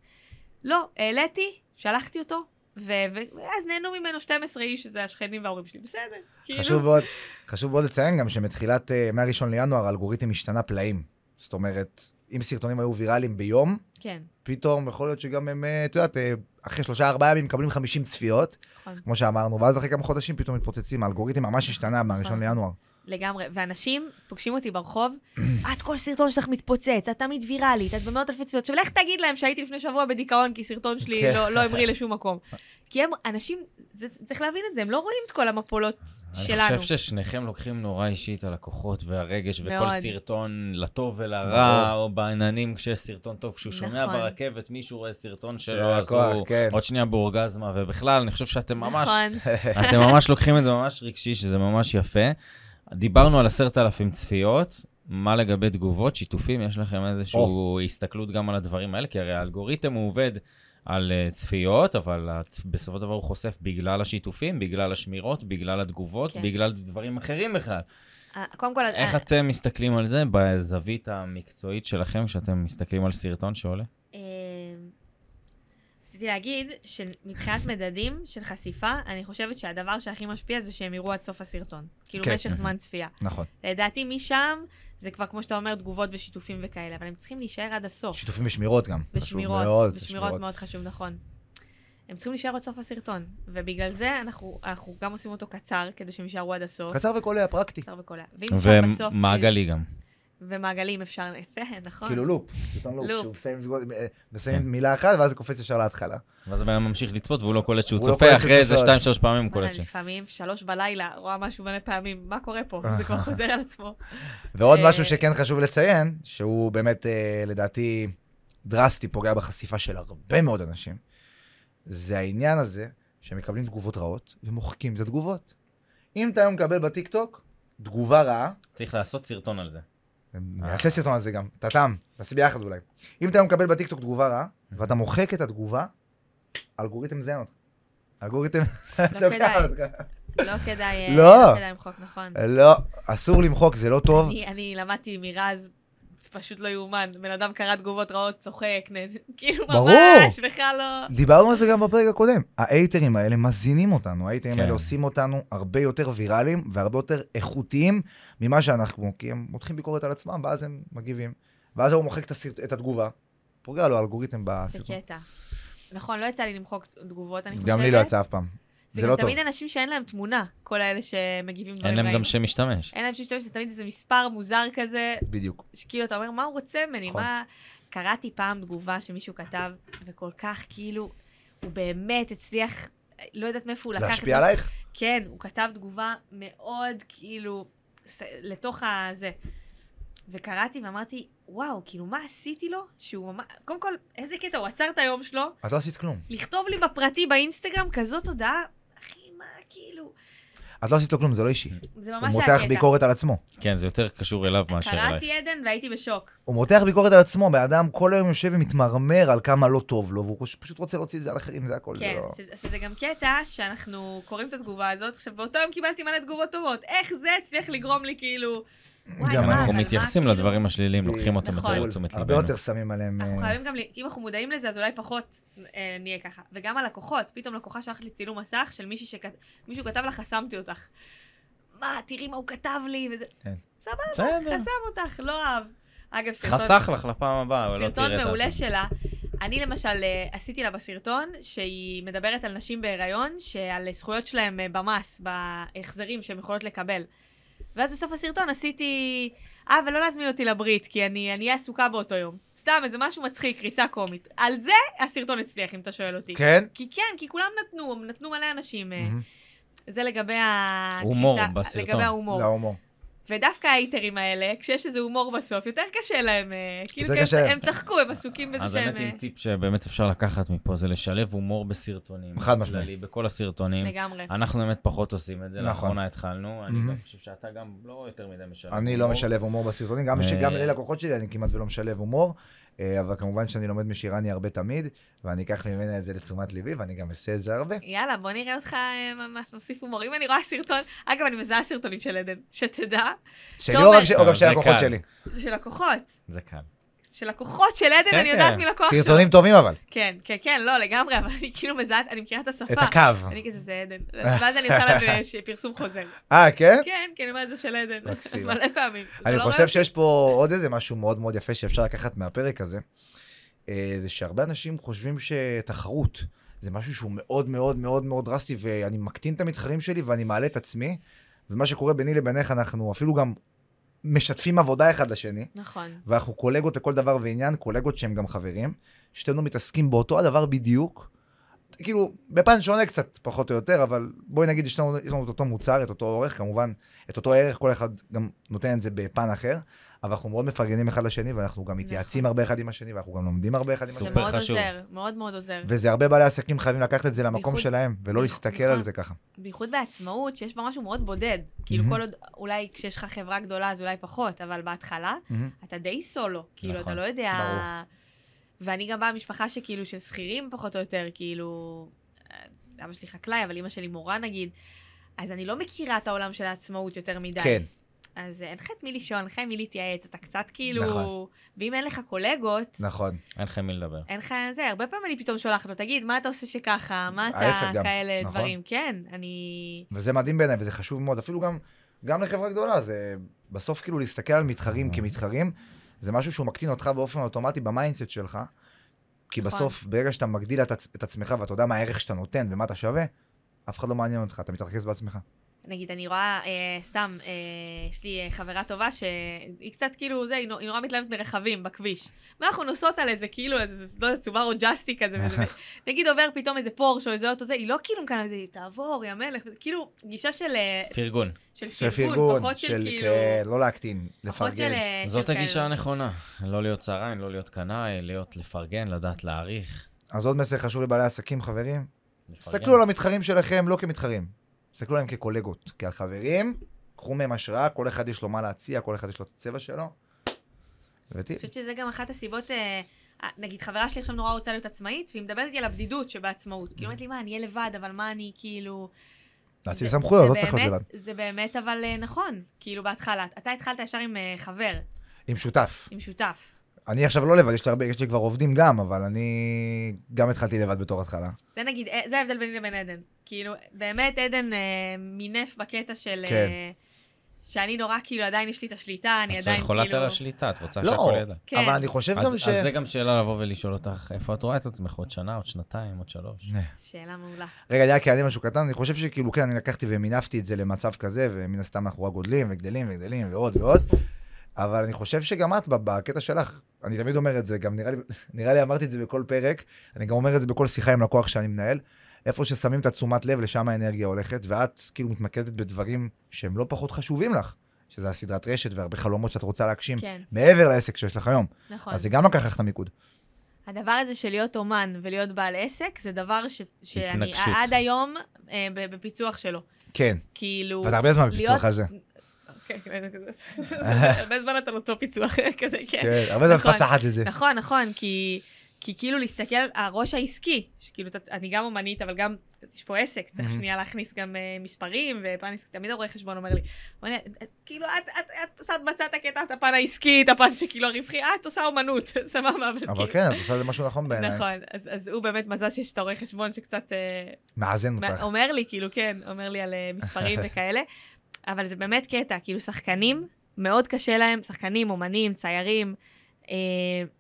לא, העליתי, שלחתי אותו, ו- ו- ואז נהנו ממנו 12 איש, שזה השכנים וההורים שלי, בסדר. כאילו,
חשוב מאוד, חשוב מאוד לציין גם שמתחילת, אה, מהראשון לינואר, האלגוריתם השתנה פלאים. זאת אומרת, אם סרטונים היו ויראליים ביום,
כן,
פתאום יכול להיות שגם הם, אה, את יודעת, אה, אחרי שלושה ארבעה ימים מקבלים 50 צפיות,
נכון.
כמו שאמרנו, ואז אחרי כמה חודשים פתאום מתפוצצים, האלגוריתם ממש השתנה מהראשון
נכון.
לינואר.
לגמרי. ואנשים פוגשים אותי ברחוב, (clears throat) את כל סרטון שלך מתפוצץ, את תמיד ויראלית, את במאות אלפי צפיות. עכשיו לך תגיד להם שהייתי לפני שבוע בדיכאון, כי סרטון
כן.
שלי לא- לא המריא
(laughs)
לשום מקום. כי הם אנשים, זה- צריך להבין את זה, הם לא רואים את כל המפולות שלנו.
אני חושב ששניכם לוקחים נורא אישית על הכוחות והרגש, וכל
מאוד.
סרטון לטוב ולרע,
ברור.
או בעננים כשיש סרטון טוב, כשהוא שומע
נכון.
ברכבת, מישהו רואה סרטון
של
שלו, אז
הלקוח,
הוא
כן.
עוד שנייה באורגזמה, ובכלל, אני חושב שאתם ממש,
נכון.
(laughs) אתם ממש לוקחים את זה ממש רגשי, שזה ממש יפה. דיברנו על עשרת אלפים צפיות. מה לגבי תגובות, שיתופים? יש לכם איזושהי הסתכלות גם על הדברים האלה? כי הרי האלגוריתם הוא עובד על אה, צפיות, אבל הצ- בסופו של דבר הוא חושף בגלל השיתופים, בגלל השמירות, בגלל התגובות,
כן.
בגלל דברים אחרים בכלל.
אה, קודם כל,
איך
אה,
אתם מסתכלים על זה בזווית המקצועית שלכם, כשאתם מסתכלים על סרטון שעולה?
אה, רציתי להגיד שמבחינת מדדים של חשיפה, אני חושבת שהדבר שהכי משפיע זה שהם יראו עד סוף הסרטון. כאילו,
כן.
משך זמן צפייה.
נכון.
לדעתי משם, זה כבר כמו שאתה אומר, תגובות ושיתופים וכאלה, אבל הם צריכים להישאר עד הסוף.
שיתופים ושמירות גם. חשוב
בשמירות,
מאוד,
בשמירות מאוד חשוב, נכון. הם צריכים להישאר עד סוף הסרטון, ובגלל זה אנחנו, אנחנו גם עושים אותו קצר, כדי שהם יישארו עד הסוף. נכון.
קצר וקולע, פרקטי.
קצר וקולע. ואם אפשר בסוף... אה,
ומעגלי גם.
ומעגלים אפשר, (laughs) יפה, נכון?
כאילו לופ, סרטון לופ,
לופ.
שהוא מסיים לסגור- אה, מסיים מילה אחת ואז זה קופץ ישר להתחלה.
ואז הבן אדם ממשיך לצפות והוא לא קולט שהוא
הוא לא
צופה,
קולט
אחרי
שהוא
איזה
צופה.
שתיים, שלוש פעמים הוא
וואלה,
קולט ש...
לפעמים שלוש בלילה, רואה משהו מלא פעמים, מה קורה פה?
אה.
זה כבר חוזר על
(laughs)
עצמו.
ועוד
אה,
משהו שכן חשוב לציין, שהוא באמת, אה, לדעתי, דרסטי, פוגע בחשיפה של הרבה מאוד אנשים, זה העניין הזה שמקבלים תגובות רעות ומוחקים את התגובות. אם אתה היום מקבל בטיקטוק תגובה רעה,
אה.
צריך לעשות סרטון על
לא
זה.
נעשה סרטון על זה גם, אתה תם, נעשה ביחד אולי. אם אתה היום מקבל בטיקטוק תגובה
אה.
רעה, ואתה מוחק את התגובה, אלגוריתם זיין אותך. אלגוריתם... לוקח
לא כדאי.
אותך.
לא כדאי, אה,
לא.
לא כדאי למחוק, נכון.
לא, אסור למחוק, זה לא טוב.
אני- אני למדתי מרז, זה פשוט לא יאומן. בן אדם קרא תגובות רעות, צוחק, נ- (laughs) כאילו
ברור.
ממש, בכלל לא...
דיברנו על זה גם בפרק הקודם. האייטרים האלה מזינים אותנו, האייטרים
כן.
האלה עושים אותנו הרבה יותר ויראליים והרבה יותר איכותיים ממה שאנחנו, כי הם מותחים ביקורת על עצמם, ואז הם מגיבים. ואז הוא מוחק את, הסרט, את התגובה, פוגע לו אלגוריתם
זה
בסרטון.
קטע. נכון, לא יצא לי למחוק תגובות, אני חושבת.
גם לי לא יצא אף פעם. זה לא
זה גם
טוב.
תמיד אנשים שאין להם תמונה, כל האלה שמגיבים דברים
אין
רעים.
להם גם שם משתמש.
אין להם שם משתמש, זה תמיד איזה מספר מוזר כזה,
בדיוק.
שכאילו אתה אומר, מה הוא רוצה ממני?
נכון.
מה... קראתי פעם תגובה שמישהו כתב, וכל כך כאילו, הוא באמת הצליח, לא יודעת מאיפה הוא לקח את זה.
להשפיע עלייך?
כן, הוא כתב תגובה מאוד כאילו, ס- לתוך הזה. וקראתי ואמרתי, וואו, כאילו, מה עשיתי לו? שהוא ממש... קודם כל, איזה קטע, הוא עצר את היום שלו,
את לא עשית כלום.
לכתוב לי בפרטי באינסטגרם כזאת הודעה, אחי, מה, כאילו...
את לא עשית לו כלום, זה לא אישי.
זה
הוא
ממש היה קטע.
מותח ביקורת על עצמו.
כן, זה יותר קשור אליו מאשר אלייך.
קראתי עדן והייתי בשוק.
הוא מותח ביקורת על עצמו, בן אדם כל היום יושב ומתמרמר על כמה לא טוב לו, והוא פשוט רוצה להוציא את זה על אחרים, זה הכל. זה
כן,
לא-
שזה- שזה גם קטע שאנחנו קוראים את התגובה הזאת. עכשיו, באותו יום קיבלתי מלא תגובות טובות. איך זה הצליח לגרום לי, כאילו... וואי,
גם
מה,
אנחנו
אבל מה,
מתייחסים
כאילו?
לדברים השליליים, לוקחים אותם
נכון.
יותר לתשומת
הרבה
ליבנו.
יותר שמים עליהם...
אנחנו
אה,
חייבים גם, ל- אם אנחנו מודעים לזה, אז אולי פחות אה, נהיה ככה. וגם הלקוחות, פתאום לקוחה שלח לי צילום מסך של מישהו שמישהו כתב לה, חסמתי אותך. מה, תראי מה הוא כתב לי, וזה...
כן.
סבבה,
בסדר.
חסם אותך, לא אהב. אגב, סרטון...
חסך לך לפעם הבאה, אבל לא תראה את
סרטון
זה.
מעולה שלה. אני למשל אה, עשיתי לה בסרטון שהיא מדברת על נשים בהיריון, שעל זכויות שלהם אה, במס, בהחזרים שהן יכולות לקבל. ואז בסוף הסרטון עשיתי, אה, ולא להזמין אותי לברית, כי אני אני אהיה עסוקה באותו יום. סתם, איזה משהו מצחיק, ריצה קומית. על זה הסרטון הצליח, אם אתה שואל אותי.
כן?
כי כן, כי כולם נתנו, הם נתנו מלא אנשים. אה.
מהמם.
זה לגבי הקריצה.
הומור בסרטון.
לגבי ההומור.
זה ההומור.
ודווקא האייטרים האלה, כשיש איזה הומור בסוף, יותר קשה להם, אה, כאילו,
יותר
כי הם-
קשה להם.
הם צחקו, הם עסוקים בזה
אז
שהם...
באמת
אה,
עם טיפ שבאמת אפשר לקחת מפה, זה לשלב הומור בסרטונים.
חד משמעית.
כללי, בכל הסרטונים.
לגמרי.
אנחנו באמת פחות עושים את זה,
נכון.
לאחרונה התחלנו, אני
מהמם.
גם חושב שאתה גם לא יותר מדי משלב.
אני לא
הומור.
משלב הומור בסרטונים, גם ש-
אה.
גם ללקוחות שלי אני כמעט ולא משלב הומור, אה, אבל כמובן שאני לומד משירני הרבה תמיד, ואני אקח ממנה את זה לתשומת ליבי, ואני גם אעשה את זה הרבה.
יאללה, בוא נראה אותך אה, ממש מוסיף הומור. אם אני רואה סרטון, אגב, אני מזהה סרטונים של עדן, שתדע,
שלי
טוב,
או רק
אה.
ש- או גם
אה,
של
זה
הלקוחות
קל.
שלי.
של לקוחות.
זה קל.
של לקוחות של עדן,
כן,
אני יודעת
כן.
מי לקוח שלו.
סרטונים טובים אבל,
כן, כן, כן, לא, לגמרי, אבל אני כאילו מזהה, אני מכירה את השפה.
את הקו.
אני כזה, זה עדן. ואז אני עושה להם אה, ש- פרסום
(laughs)
חוזר.
אה, כן?
כן, כן, אני אומרת, זה של עדן.
מקסים.
מלא פעמים.
אני
לא
חושב
רואה-
שיש פה עוד איזה משהו מאוד מאוד יפה שאפשר לקחת מהפרק הזה, אה, זה שהרבה אנשים חושבים שתחרות זה משהו שהוא מאוד מאוד מאוד מאוד דרסטי, ואני מקטין את המתחרים שלי ואני מעלה את עצמי, ומה שקורה ביני לבינך, אנחנו אפילו גם משתפים עבודה אחד לשני.
נכון.
ואנחנו קולגות לכל דבר ועניין, קולגות שהם גם חברים, שתינו מתעסקים באותו הדבר בדיוק, כאילו, בפן שונה קצת, פחות או יותר, אבל בואי נגיד, יש לנו, יש לנו את אותו מוצר, את אותו אורך, כמובן, את אותו ערך, כל אחד גם נותן את זה בפן אחר, אבל אנחנו מאוד מפרגנים אחד לשני, ואנחנו גם מתייעצים
נכון.
הרבה אחד עם השני, ואנחנו גם לומדים הרבה אחד עם
זה
השני.
סופר
מאוד
חשוב.
עוזר, מאוד מאוד עוזר.
וזה הרבה בעלי עסקים חייבים לקחת את זה למקום
בייחוד-
שלהם, ולא
בייחוד-
להסתכל
נכון.
על זה ככה.
בייחוד בעצמאות, שיש בה משהו מאוד בודד. כאילו,
מהמם.
כל עוד, אולי כשיש לך חברה גדולה, אז אולי פחות, אבל בהתחלה,
מהמם.
אתה די סולו. כאילו,
נכון,
אתה לא יודע...
ברור.
ואני גם באה ממשפחה שכאילו, של שכירים פחות או יותר, כאילו... אה, אבא שלי חקלאי, אבל אימא שלי מורה נגיד. אז אני לא מכירה את העולם של העצמאות יותר מדי.
כן,
אז אה, אין לך את מי לשאול, אין לך עם מי להתייעץ, אתה קצת כאילו...
נכון.
ואם אין לך קולגות,
נכון.
אין לך עם מי לדבר.
אין לך זה, הרבה פעמים אני פתאום שולחת לו, תגיד, מה אתה עושה שככה? מה
ההפך
אתה
גם,
כאלה
נכון.
דברים? כן, אני...
וזה מדהים בעיניי, וזה חשוב מאוד, אפילו גם, גם לחברה גדולה, זה בסוף כאילו להסתכל על מתחרים
נכון.
כמתחרים, זה משהו שהוא מקטין אותך באופן אוטומטי במיינדסט שלך, כי
נכון.
בסוף, ברגע שאתה מגדיל את, עצ- את עצמך ואתה יודע מה הערך שאתה נותן ומה אתה שווה, אף אחד לא מעניין אותך, אתה מתרכז בעצמך.
נגיד, אני רואה, אה, סתם, אה, יש לי אה, חברה טובה שהיא קצת כאילו, זה, היא נו- היא נורא מתלהבת מרכבים בכביש. ואנחנו נוסעות על איזה, כאילו, איזה, לא יודעת, סובארו ג'אסטי כזה, (laughs) וזה, נגיד עובר פתאום איזה פורש או איזה אוטו זה, היא לא כאילו כאן, היא תעבור, יא מלך, וזה, כאילו, גישה של, אה,
פרגון.
של
של
פרגון,
פרגון,
פחות של כאילו,
כן, לא להקטין,
פחות של...
לפרגן.
אה,
זאת
של כאלה.
הגישה הנכונה. לא להיות צהריים, לא להיות קנאי, להיות לפרגן, לדעת להעריך.
אז עוד מסר חשוב לבעלי עסקים, חברים,
לפרגן.
תסתכלו על המתחרים שלכם לא כמתחרים, תסתכלו עליהם כקולגות, כעל חברים, קחו מהם השראה, כל אחד יש לו מה להציע, כל אחד יש לו את הצבע שלו.
אני
הבאתי?
חושבת שזה גם אחת הסיבות, אה, אה, נגיד חברה שלי עכשיו נורא רוצה להיות עצמאית, והיא מדברת איתי על הבדידות שבעצמאות. כאילו, אומרת לי, מה, אני אהיה לבד, אבל מה אני, כאילו...
להציל
זה-
סמכויות,
זה
לא צריך להיות לבד.
באמת- זה באמת אבל אה, נכון, כאילו בהתחלה. אתה התחלת ישר עם אה, חבר,
עם שותף.
עם שותף.
אני עכשיו לא לבד, יש לי, הרבה, יש לי כבר עובדים גם, אבל אני גם התחלתי לבד בתור התחלה.
זה נגיד, אה, זה ההבדל ביני לבין עדן. כאילו, באמת עדן אה, מינף בקטע של...
כן.
אה, שאני נורא, כאילו, עדיין יש לי את השליטה, אני
את לא
עדיין,
יכולה
כאילו...
על השליטה, את רוצה
לא,
שהכל ידע.
כן.
אבל אני חושב
אז
גם ש...
אז זה גם שאלה לבוא ולשאול אותך, איפה את רואה את עצמך עוד שנה, עוד שנתיים, עוד שלוש?
שאלה מעולה.
רגע, אני רק אענה משהו קטן, אני חושב שכאילו, כן, אני לקחתי ומינפתי את זה למצב כזה, ומן הסתם אנחנו רק גודלים וגדלים וגדלים ועוד ועוד, אבל אני חושב שגם את, ב- בקטע שלך, אני תמיד אומר את זה, גם נראה לי, (laughs) נראה לי אמרתי את זה בכל פרק, אני גם אומר את זה בכל שיחה עם לקוח שאני מנהל, איפה ששמים את התשומת לב, לשם האנרגיה הולכת, ואת כאילו מתמקדת בדברים שהם לא פחות חשובים לך, שזה הסדרת רשת והרבה חלומות שאת רוצה להגשים,
כן,
מעבר לעסק שיש לך היום,
נכון.
אז זה גם לקח לך את המיקוד.
הדבר הזה של להיות אומן ולהיות בעל עסק, זה דבר ש... שאני
התנגשות.
עד היום אה, ב- בפיצוח שלו.
כן,
כאילו...
ואת הרבה זמן
להיות-
בפיצוח על זה.
אוקיי, כזה. הרבה זמן אתה על אותו פיצוח כזה, כן.
כן, הרבה זמן
נכון.
מפצחת את זה.
נכון, נכון, כי... כי כאילו להסתכל, הראש העסקי, שכאילו אתה- אני גם אומנית, אבל גם יש פה עסק, צריך
Mhm.
שנייה להכניס גם אה, מספרים, ופרנס, תמיד הרואה חשבון אומר לי, "בוא'נה, את- כאילו את- את את שמת בצד את הקטע, את הפן העסקי, את הפן שכאילו הרווחי, אה, את עושה אומנות, (laughs) סבבה, כאילו-
אבל כן, את עושה את זה משהו נכון בעיניי.
נכון, אז, אז הוא באמת מזל שיש את הרואה חשבון שקצת אה,
מאזן
מה-
אותך.
אומר לי, כאילו, כן, אומר לי על אה, מספרים
(laughs)
וכאלה, אבל זה באמת קטע, כאילו, שחקנים, מאוד קשה להם, שחקנים, אומנים, ציירים, אה,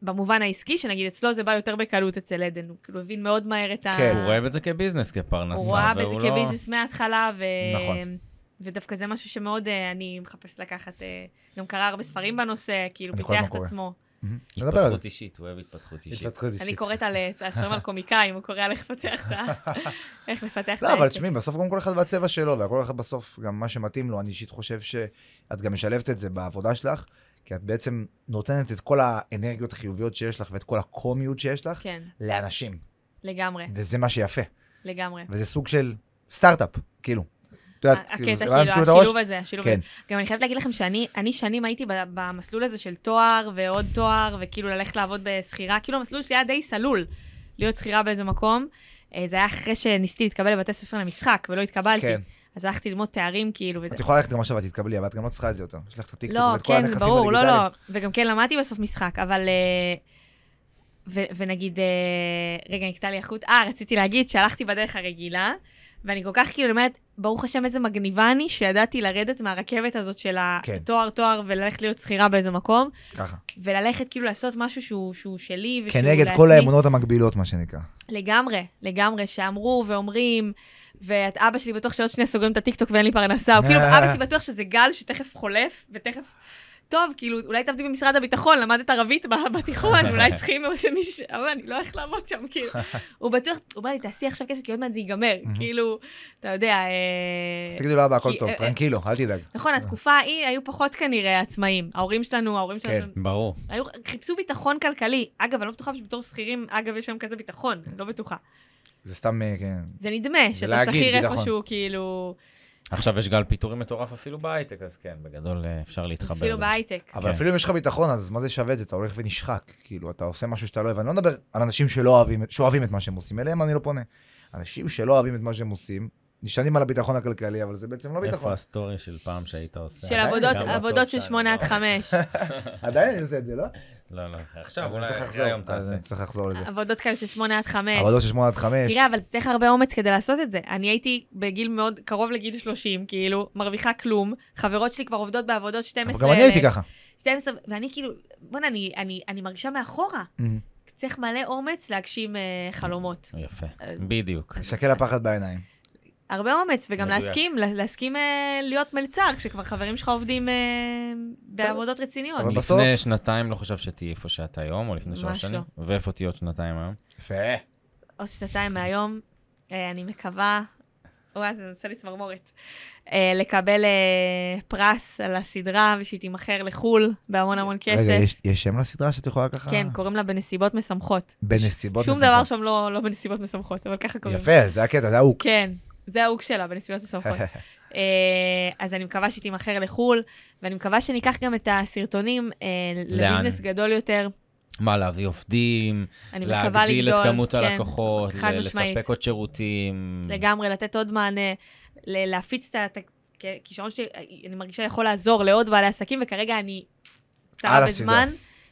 במובן העסקי, שנגיד אצלו זה בא יותר בקלות אצל עדן, הוא כאילו הבין מאוד מהר את ה...
כן.
הוא רואה את זה כביזנס, כפרנסה,
הוא רואה בזה
והוא לא-
כביזנס מההתחלה, ו...
נכון.
ודווקא זה משהו שמאוד אה, אני מחפשת לקחת, אה, גם קרא הרבה ספרים בנושא, כאילו,
אני כל הזמן
פיתח את
קורא.
עצמו.
מהמם. נדבר על זה.
לא- התפתחות אישית, הוא אוהב התפתחות אישית.
התפתחות
אני
אישית.
קוראת על אה, הספרים על קומיקאים, הוא קורא על איך לפתח את ה...
(laughs)
איך לפתח את
לא, אבל
העסק.
תשמעי, בסוף גם כל אחד והצבע שלו, וכל אחד בסוף גם מה שמתאים לו. אני אישית חושב שאת גם משלבת את זה בעבודה שלך, כי את בעצם נותנת את כל האנרגיות החיוביות שיש לך ואת כל הקומיות שיש לך
כן,
לאנשים,
לגמרי,
וזה מה שיפה.
לגמרי.
וזה סוג של סטארט-אפ, כאילו. את יודעת,
הקטע
כאילו,
כאילו,
הרמת כאילו את הראש?
השילוב הזה, השילוב
כן.
הזה. גם אני חייבת להגיד לכם שאני אני שנים הייתי ב- במסלול הזה של תואר ועוד תואר, וכאילו ללכת לעבוד בשכירה, כאילו המסלול שלי היה די סלול, להיות שכירה באיזה מקום. אה, זה היה אחרי שניסיתי להתקבל לבתי ספר למשחק, ולא התקבלתי.
כן.
אז הלכתי ללמוד תארים, כאילו, וזה...
את יכולה ללכת גם עכשיו, את תתקבלי, אבל את גם לא צריכה את זה יותר. יש לך את הטיקטוק
לא,
ואת כל
כן,
הנכסים
ברור, לא, לא.
הדיגיטליים.
וגם כן למדתי בסוף משחק, אבל... אה, ו- ונגיד, אה, רגע, נקטע לי החוט. אה, רציתי להגיד שהלכתי בדרך הרגילה, ואני כל כך כאילו אומרת, ברוך השם, איזה מגניבה אני שידעתי לרדת מהרכבת הזאת של
כן.
התואר-תואר וללכת להיות שכירה באיזה מקום,
ככה.
וללכת כאילו לעשות משהו שהוא, שהוא שלי ושהוא
כנגד כל
לעצמי.
האמונות המקבילות, מה שנקרא.
לגמרי, לגמרי, שאמרו ואומרים, ואת אבא שלי בטוח שעוד שנייה סוגרים את הטיקטוק ואין לי פרנסה, או כאילו אבא שלי בטוח שזה גל שתכף חולף, ותכף... טוב, כאילו, אולי תעבדי במשרד הביטחון, למדת ערבית ב- בתיכון, אולי צריכים איזה מישהו ש... אבל אני לא הולך לעבוד שם, כאילו. הוא בטוח, הוא בא לי, תעשי עכשיו כסף, כי עוד מעט זה ייגמר. כאילו, אתה יודע... אה,
תגידו לאבא, הכל
כי-
טוב,
אה, אה,
טרנקילו, אל תדאג.
נכון, התקופה ההיא היו פחות כנראה עצמאים. ההורים שלנו, ההורים שלנו,
כן.
ברור.
היו, חיפשו ביטחון כלכלי. אגב, אני לא בטוחה שבתור שכירים, אגב, יש להם כזה ביטחון, אני לא בטוחה.
זה סתם, אה, כן.
זה נדמה שאתה
להגיד,
שכיר
ביטחון.
איפשהו, כאילו,
עכשיו יש גל פיטורים מטורף אפילו בהייטק, אז כן, בגדול אה, אפשר להתחבר.
אפילו
לזה.
בהייטק.
אבל
כן.
אפילו אם יש לך ביטחון, אז מה זה שווה את זה? אתה הולך ונשחק. כאילו, אתה עושה משהו שאתה לא אוהב. אני לא מדבר על אנשים שלא אוהבים, שאוהבים את מה שהם עושים, אליהם אני לא פונה. אנשים שלא אוהבים את מה שהם עושים, נשענים על הביטחון הכלכלי, אבל זה בעצם לא ביטחון.
איפה הסטורי של פעם שהיית עושה?
של
עדיין
עבודות,
גם
עבודות
בטופ
של
שאני
שמונה עד
לא-
חמש.
(laughs) עדיין אני עושה את זה, לא?
לא, לא, עכשיו
אז אני
אולי
צריך
אחרי היום
לחזור- אז
תעשה.
אני צריך לחזור לזה.
עבודות כאלה של שמונה עד חמש.
עבודות של 8 עד 5.
אה, תראה, אבל צריך הרבה אומץ כדי לעשות את זה. אני הייתי בגיל מאוד, קרוב לגיל 30, כאילו, מרוויחה כלום. חברות שלי כבר עובדות בעבודות 12,000.
אבל גם אני הייתי ככה.
12, ואני כאילו, בוא'נה, אני- אני- אני מרגישה מאחורה. צריך מלא אומץ להגשים אה, חלומות.
יפה,
אה,
בדיוק.
מסתכל לפחד בעיניים.
הרבה אומץ, וגם
מדויק.
להסכים, לה- להסכים אה, להיות מלצר, כשכבר חברים שלך עובדים אה, בעבודות רציניות.
אבל בסוף-
לפני שנתיים לא חשב שתהיי איפה שאת היום, או לפני שלוש
ממש
שנים. ואיפה תהיי עוד שנתיים היום?
יפה.
עוד שנתיים מהיום, אה, אני מקווה, וואי, זה עושה לי צמרמורת, אה, לקבל אה, פרס על הסדרה, ושהיא תימכר לחו"ל בהמון המון
רגע,
כסף.
יש- יש שם לסדרה שאת יכולה ככה?
כן, קוראים לה בנסיבות משמחות.
בנסיבות
שום
מסמכות.
דבר שם לא לא בנסיבות משמחות, אבל ככה קוראים.
יפה, זה הקטע, זה ההוא.
כן, זה ההוג שלה, בנסיבות
(laughs)
מסמכות. אה, אז אני מקווה שהיא תימכר לחו"ל, ואני מקווה שניקח גם את הסרטונים אה,
לאן?
לביזנס גדול יותר.
מה, להביא עובדים,
אני מקווה לגדול.
להגדיל את כמות
כן,
הלקוחות,
חד
ל-
משמעית.
לספק עוד שירותים.
Mm.
לגמרי, לתת עוד מענה, ל- להפיץ את ה- את הכישרון שלי, אני מרגישה יכול לעזור לעוד בעלי עסקים, וכרגע אני
על
קצרה
הסידה.
בזמן,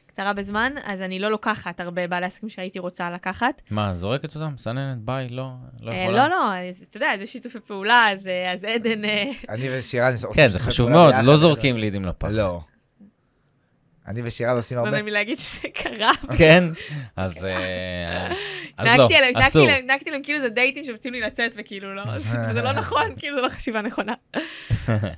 קצרה בזמן, אז אני לא לוקחת הרבה בעלי עסקים שהייתי רוצה לקחת.
מה, זורקת אותם? מסננת? ביי, לא, לא
אה,
יכולה.
לא, לא, אז אתה יודע, זה שיתופי פעולה, אז, אה, אז עדן... אה,
אני ושירן עושים...
כן, זה חשוב מאוד, לא זורקים לידים לפח.
לא. אני ושירן עושים
לא
הרבה... אוקיי,
נעים לי להגיד שזה
(laughs)
קרה.
כן? אז אה, אז לא,
נהגתי עליהם, נהגתי
אסור.
עליהם, נהגתי עליהם, כאילו זה דייטים שרוצים לי לצאת, וכאילו
(laughs)
לא, זה לא נכון, כאילו זו לא חשיבה נכונה.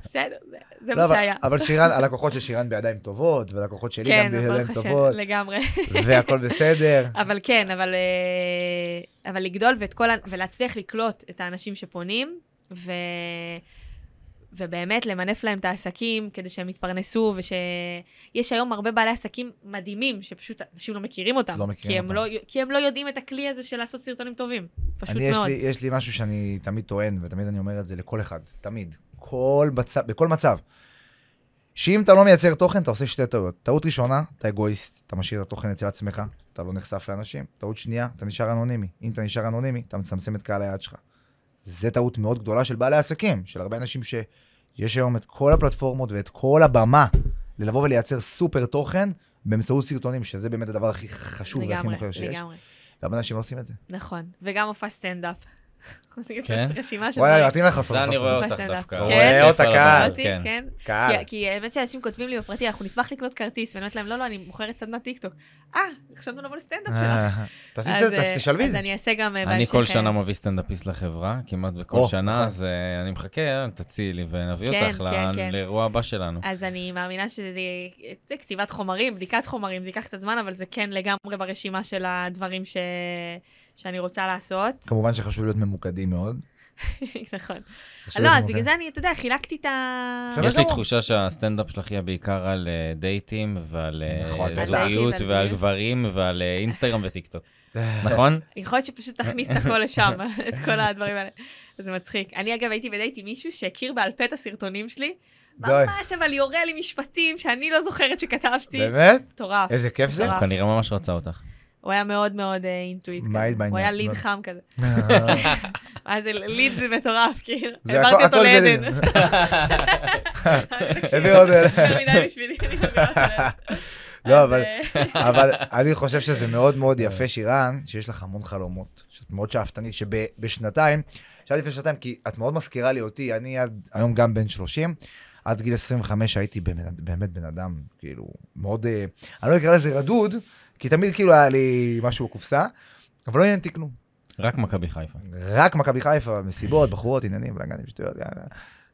בסדר, זה- זה
לא,
מה
אבל-
שהיה.
אבל שירן, הלקוחות של שירן בידיים טובות, ולקוחות שלי גם
כן,
בידיים
ברוך השם,
טובות,
לגמרי.
והכל בסדר.
אבל כן, אבל, אה, אבל לגדול ואת כל, ה- ולהצליח לקלוט את האנשים שפונים, ו... ובאמת למנף להם את העסקים כדי שהם יתפרנסו, ושיש היום הרבה בעלי עסקים מדהימים, שפשוט אנשים לא מכירים אותם.
לא מכירים
כי הם
אותם.
לא, כי הם לא יודעים את הכלי הזה של לעשות סרטונים טובים. פשוט
אני, יש
מאוד.
לי, יש לי משהו שאני תמיד טוען, ותמיד אני אומר את זה לכל אחד, תמיד, כל מצב, בכל מצב. שאם אתה לא מייצר תוכן, אתה עושה שתי טעויות. טעות ראשונה, אתה אגואיסט, אתה משאיר את התוכן אצל עצמך, אתה לא נחשף לאנשים. טעות שנייה, אתה נשאר אנונימי. אם אתה נשאר אנונימי, אתה מצמצם את קהל היעד שלך. זו טעות מאוד גדולה של בעלי עסקים, של הרבה אנשים שיש היום את כל הפלטפורמות ואת כל הבמה ללבוא ולייצר סופר תוכן באמצעות סרטונים, שזה באמת הדבר הכי חשוב והכי
לגמרי,
מוכר שיש.
לגמרי.
והרבה אנשים לא עושים את זה.
נכון. וגם הופעה סטנדאפ. (laughs)
כן?
רשימה של
וואלה,
דברים.
מתאים לך לעשות
זה אני רואה
פרסם
אותך
דווקא.
דווקא.
כן?
רואה אותה קהל.
אמרתי,
כן.
כן.
קהל.
כי- כי האמת שאנשים כותבים לי בפרטי, אנחנו נשמח לקנות כרטיס, ואני אומרת להם, לא, לא, אני מוכרת סדנת טיקטוק. אה, חשבנו לבוא לסטנדאפ שלך.
אה, תעשי
אז,
סטנדאפ,
אה,
תשלבי את
אז
זה.
אני אעשה גם אה, בהמשך.
אני כל
אה,
שנה מביא סטנדאפיסט לחברה, כמעט בכל
או,
שנה,
נכון.
אז אה, אני מחכה, תציעי לי ונביא
כן,
אותך
כן,
ל-
כן.
לאירוע הבא שלנו.
אז אני מאמינה שזה זה כתיבת חומרים, בדיקת חומרים, זה ייקח קצת זמן, אבל זה כן לגמרי ברשימה של הדברים ש... שאני רוצה לעשות. (laughs)
כמובן שחשוב להיות ממוקדים מאוד.
נכון.
חשוב
לא,
להיות
אז בגלל
ממוקד.
זה אני, אתה יודע, חילקתי את ה...
אוקיי. בסדר
יש לי
גמור.
תחושה שהסטנדאפ שלך יהיה בעיקר על אה, דייטים ועל אה,
נכון, בטח.
זוגיות
דייטים ועל
ועל
זוגיות.
גברים ועל אה, אינסטגרם וטיקטוק,
אה, (laughs)
נכון?
יכול להיות שפשוט תכניס את הכל לשם, את כל הדברים האלה. זה מצחיק. אני אגב הייתי בדייט עם מישהו שהכיר בעל פה את הסרטונים שלי,
די.
ממש אבל יורה לי משפטים שאני לא זוכרת שכתבתי.
באמת?
מטורף.
איזה כיף זה.
מטורף.
הוא כנראה ממש רצה אותך.
הוא היה מאוד מאוד אה, אינטואיט
מה היית
כזה.
בעניין?
הוא היה ליד
מאוד.
חם כזה.
(laughs) אה,
(laughs) מה זה ליד זה מטורף, כאילו.
זה הכל-
העברתי אותו
הכל זה (laughs)
לעדן.
ליד.
תקשיב,
הביא עוד-
יותר מדי בשבילי, אני
(laughs)
מעבירה אותו לעדן.
לא,
אז,
אבל- (laughs)
אה,
אבל אני
(laughs)
חושב שזה מאוד מאוד יפה, שירן, שיש לך המון חלומות, שאת מאוד שאפתנית, שבשנתיים, שאלתי לפני שנתיים, כי את מאוד מזכירה לי אותי, אני עד היום גם בן 30, עד גיל 25 הייתי בן- באמת בן אדם, כאילו, מאוד, אה, אני לא אקרא לזה רדוד, כי תמיד כאילו היה לי משהו בקופסה, אבל לא עניינתי כלום.
רק מכבי חיפה.
רק מכבי חיפה, מסיבות, בחורות, עניינים, לא בלאגנים, שטויות, יאללה.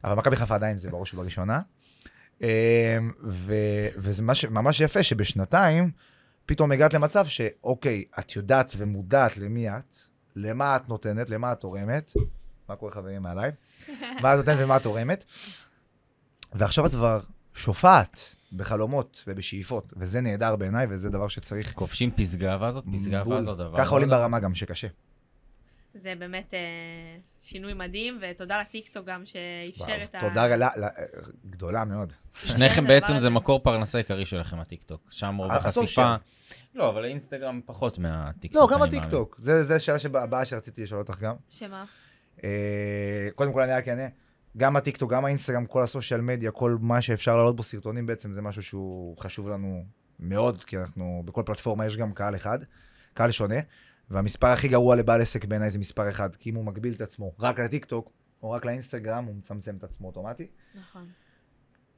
אבל מכבי חיפה עדיין זה בראש ובראשונה. אמ, ו- וזה מה ש- ממש יפה שבשנתיים פתאום הגעת למצב שאוקיי, את יודעת ומודעת למי את, למה את נותנת, למה את תורמת, מה קורה חברים מעליי, מה את נותנת ומה את תורמת, ועכשיו את כבר שופעת בחלומות ובשאיפות, וזה נהדר בעיניי, וזה דבר שצריך...
כובשים פסגה ואז עוד פסגה
בול.
ואז עוד דבר. לא,
ככה עולים ברמה גם, שקשה.
זה באמת אה, שינוי מדהים, ותודה לטיקטוק גם שאפשר את ה...
תודה גדולה- גדולה מאוד.
לא. שניכם
(laughs) הדבר
בעצם
הזה.
זה מקור פרנסה עיקרי שלכם, הטיקטוק. שם רוב
אסור
החשיפה. לא, אבל האינסטגרם פחות מהטיקטוק.
לא, גם
אני מאמין.
הטיקטוק. זה, זה שאלה שבא- הבאה שרציתי לשאול אותך גם.
שמה?
אה, קודם כל אני רק אענה. גם הטיקטוק, גם האינסטגרם, כל הסושיאל מדיה, כל מה שאפשר להעלות בו סרטונים בעצם, זה משהו שהוא חשוב לנו מאוד, כי אנחנו, בכל פלטפורמה יש גם קהל אחד, קהל שונה, והמספר הכי גרוע לבעל עסק בעיניי זה מספר אחד, כי אם הוא מגביל את עצמו רק לטיקטוק, או רק לאינסטגרם, הוא מצמצם את עצמו אוטומטי.
נכון.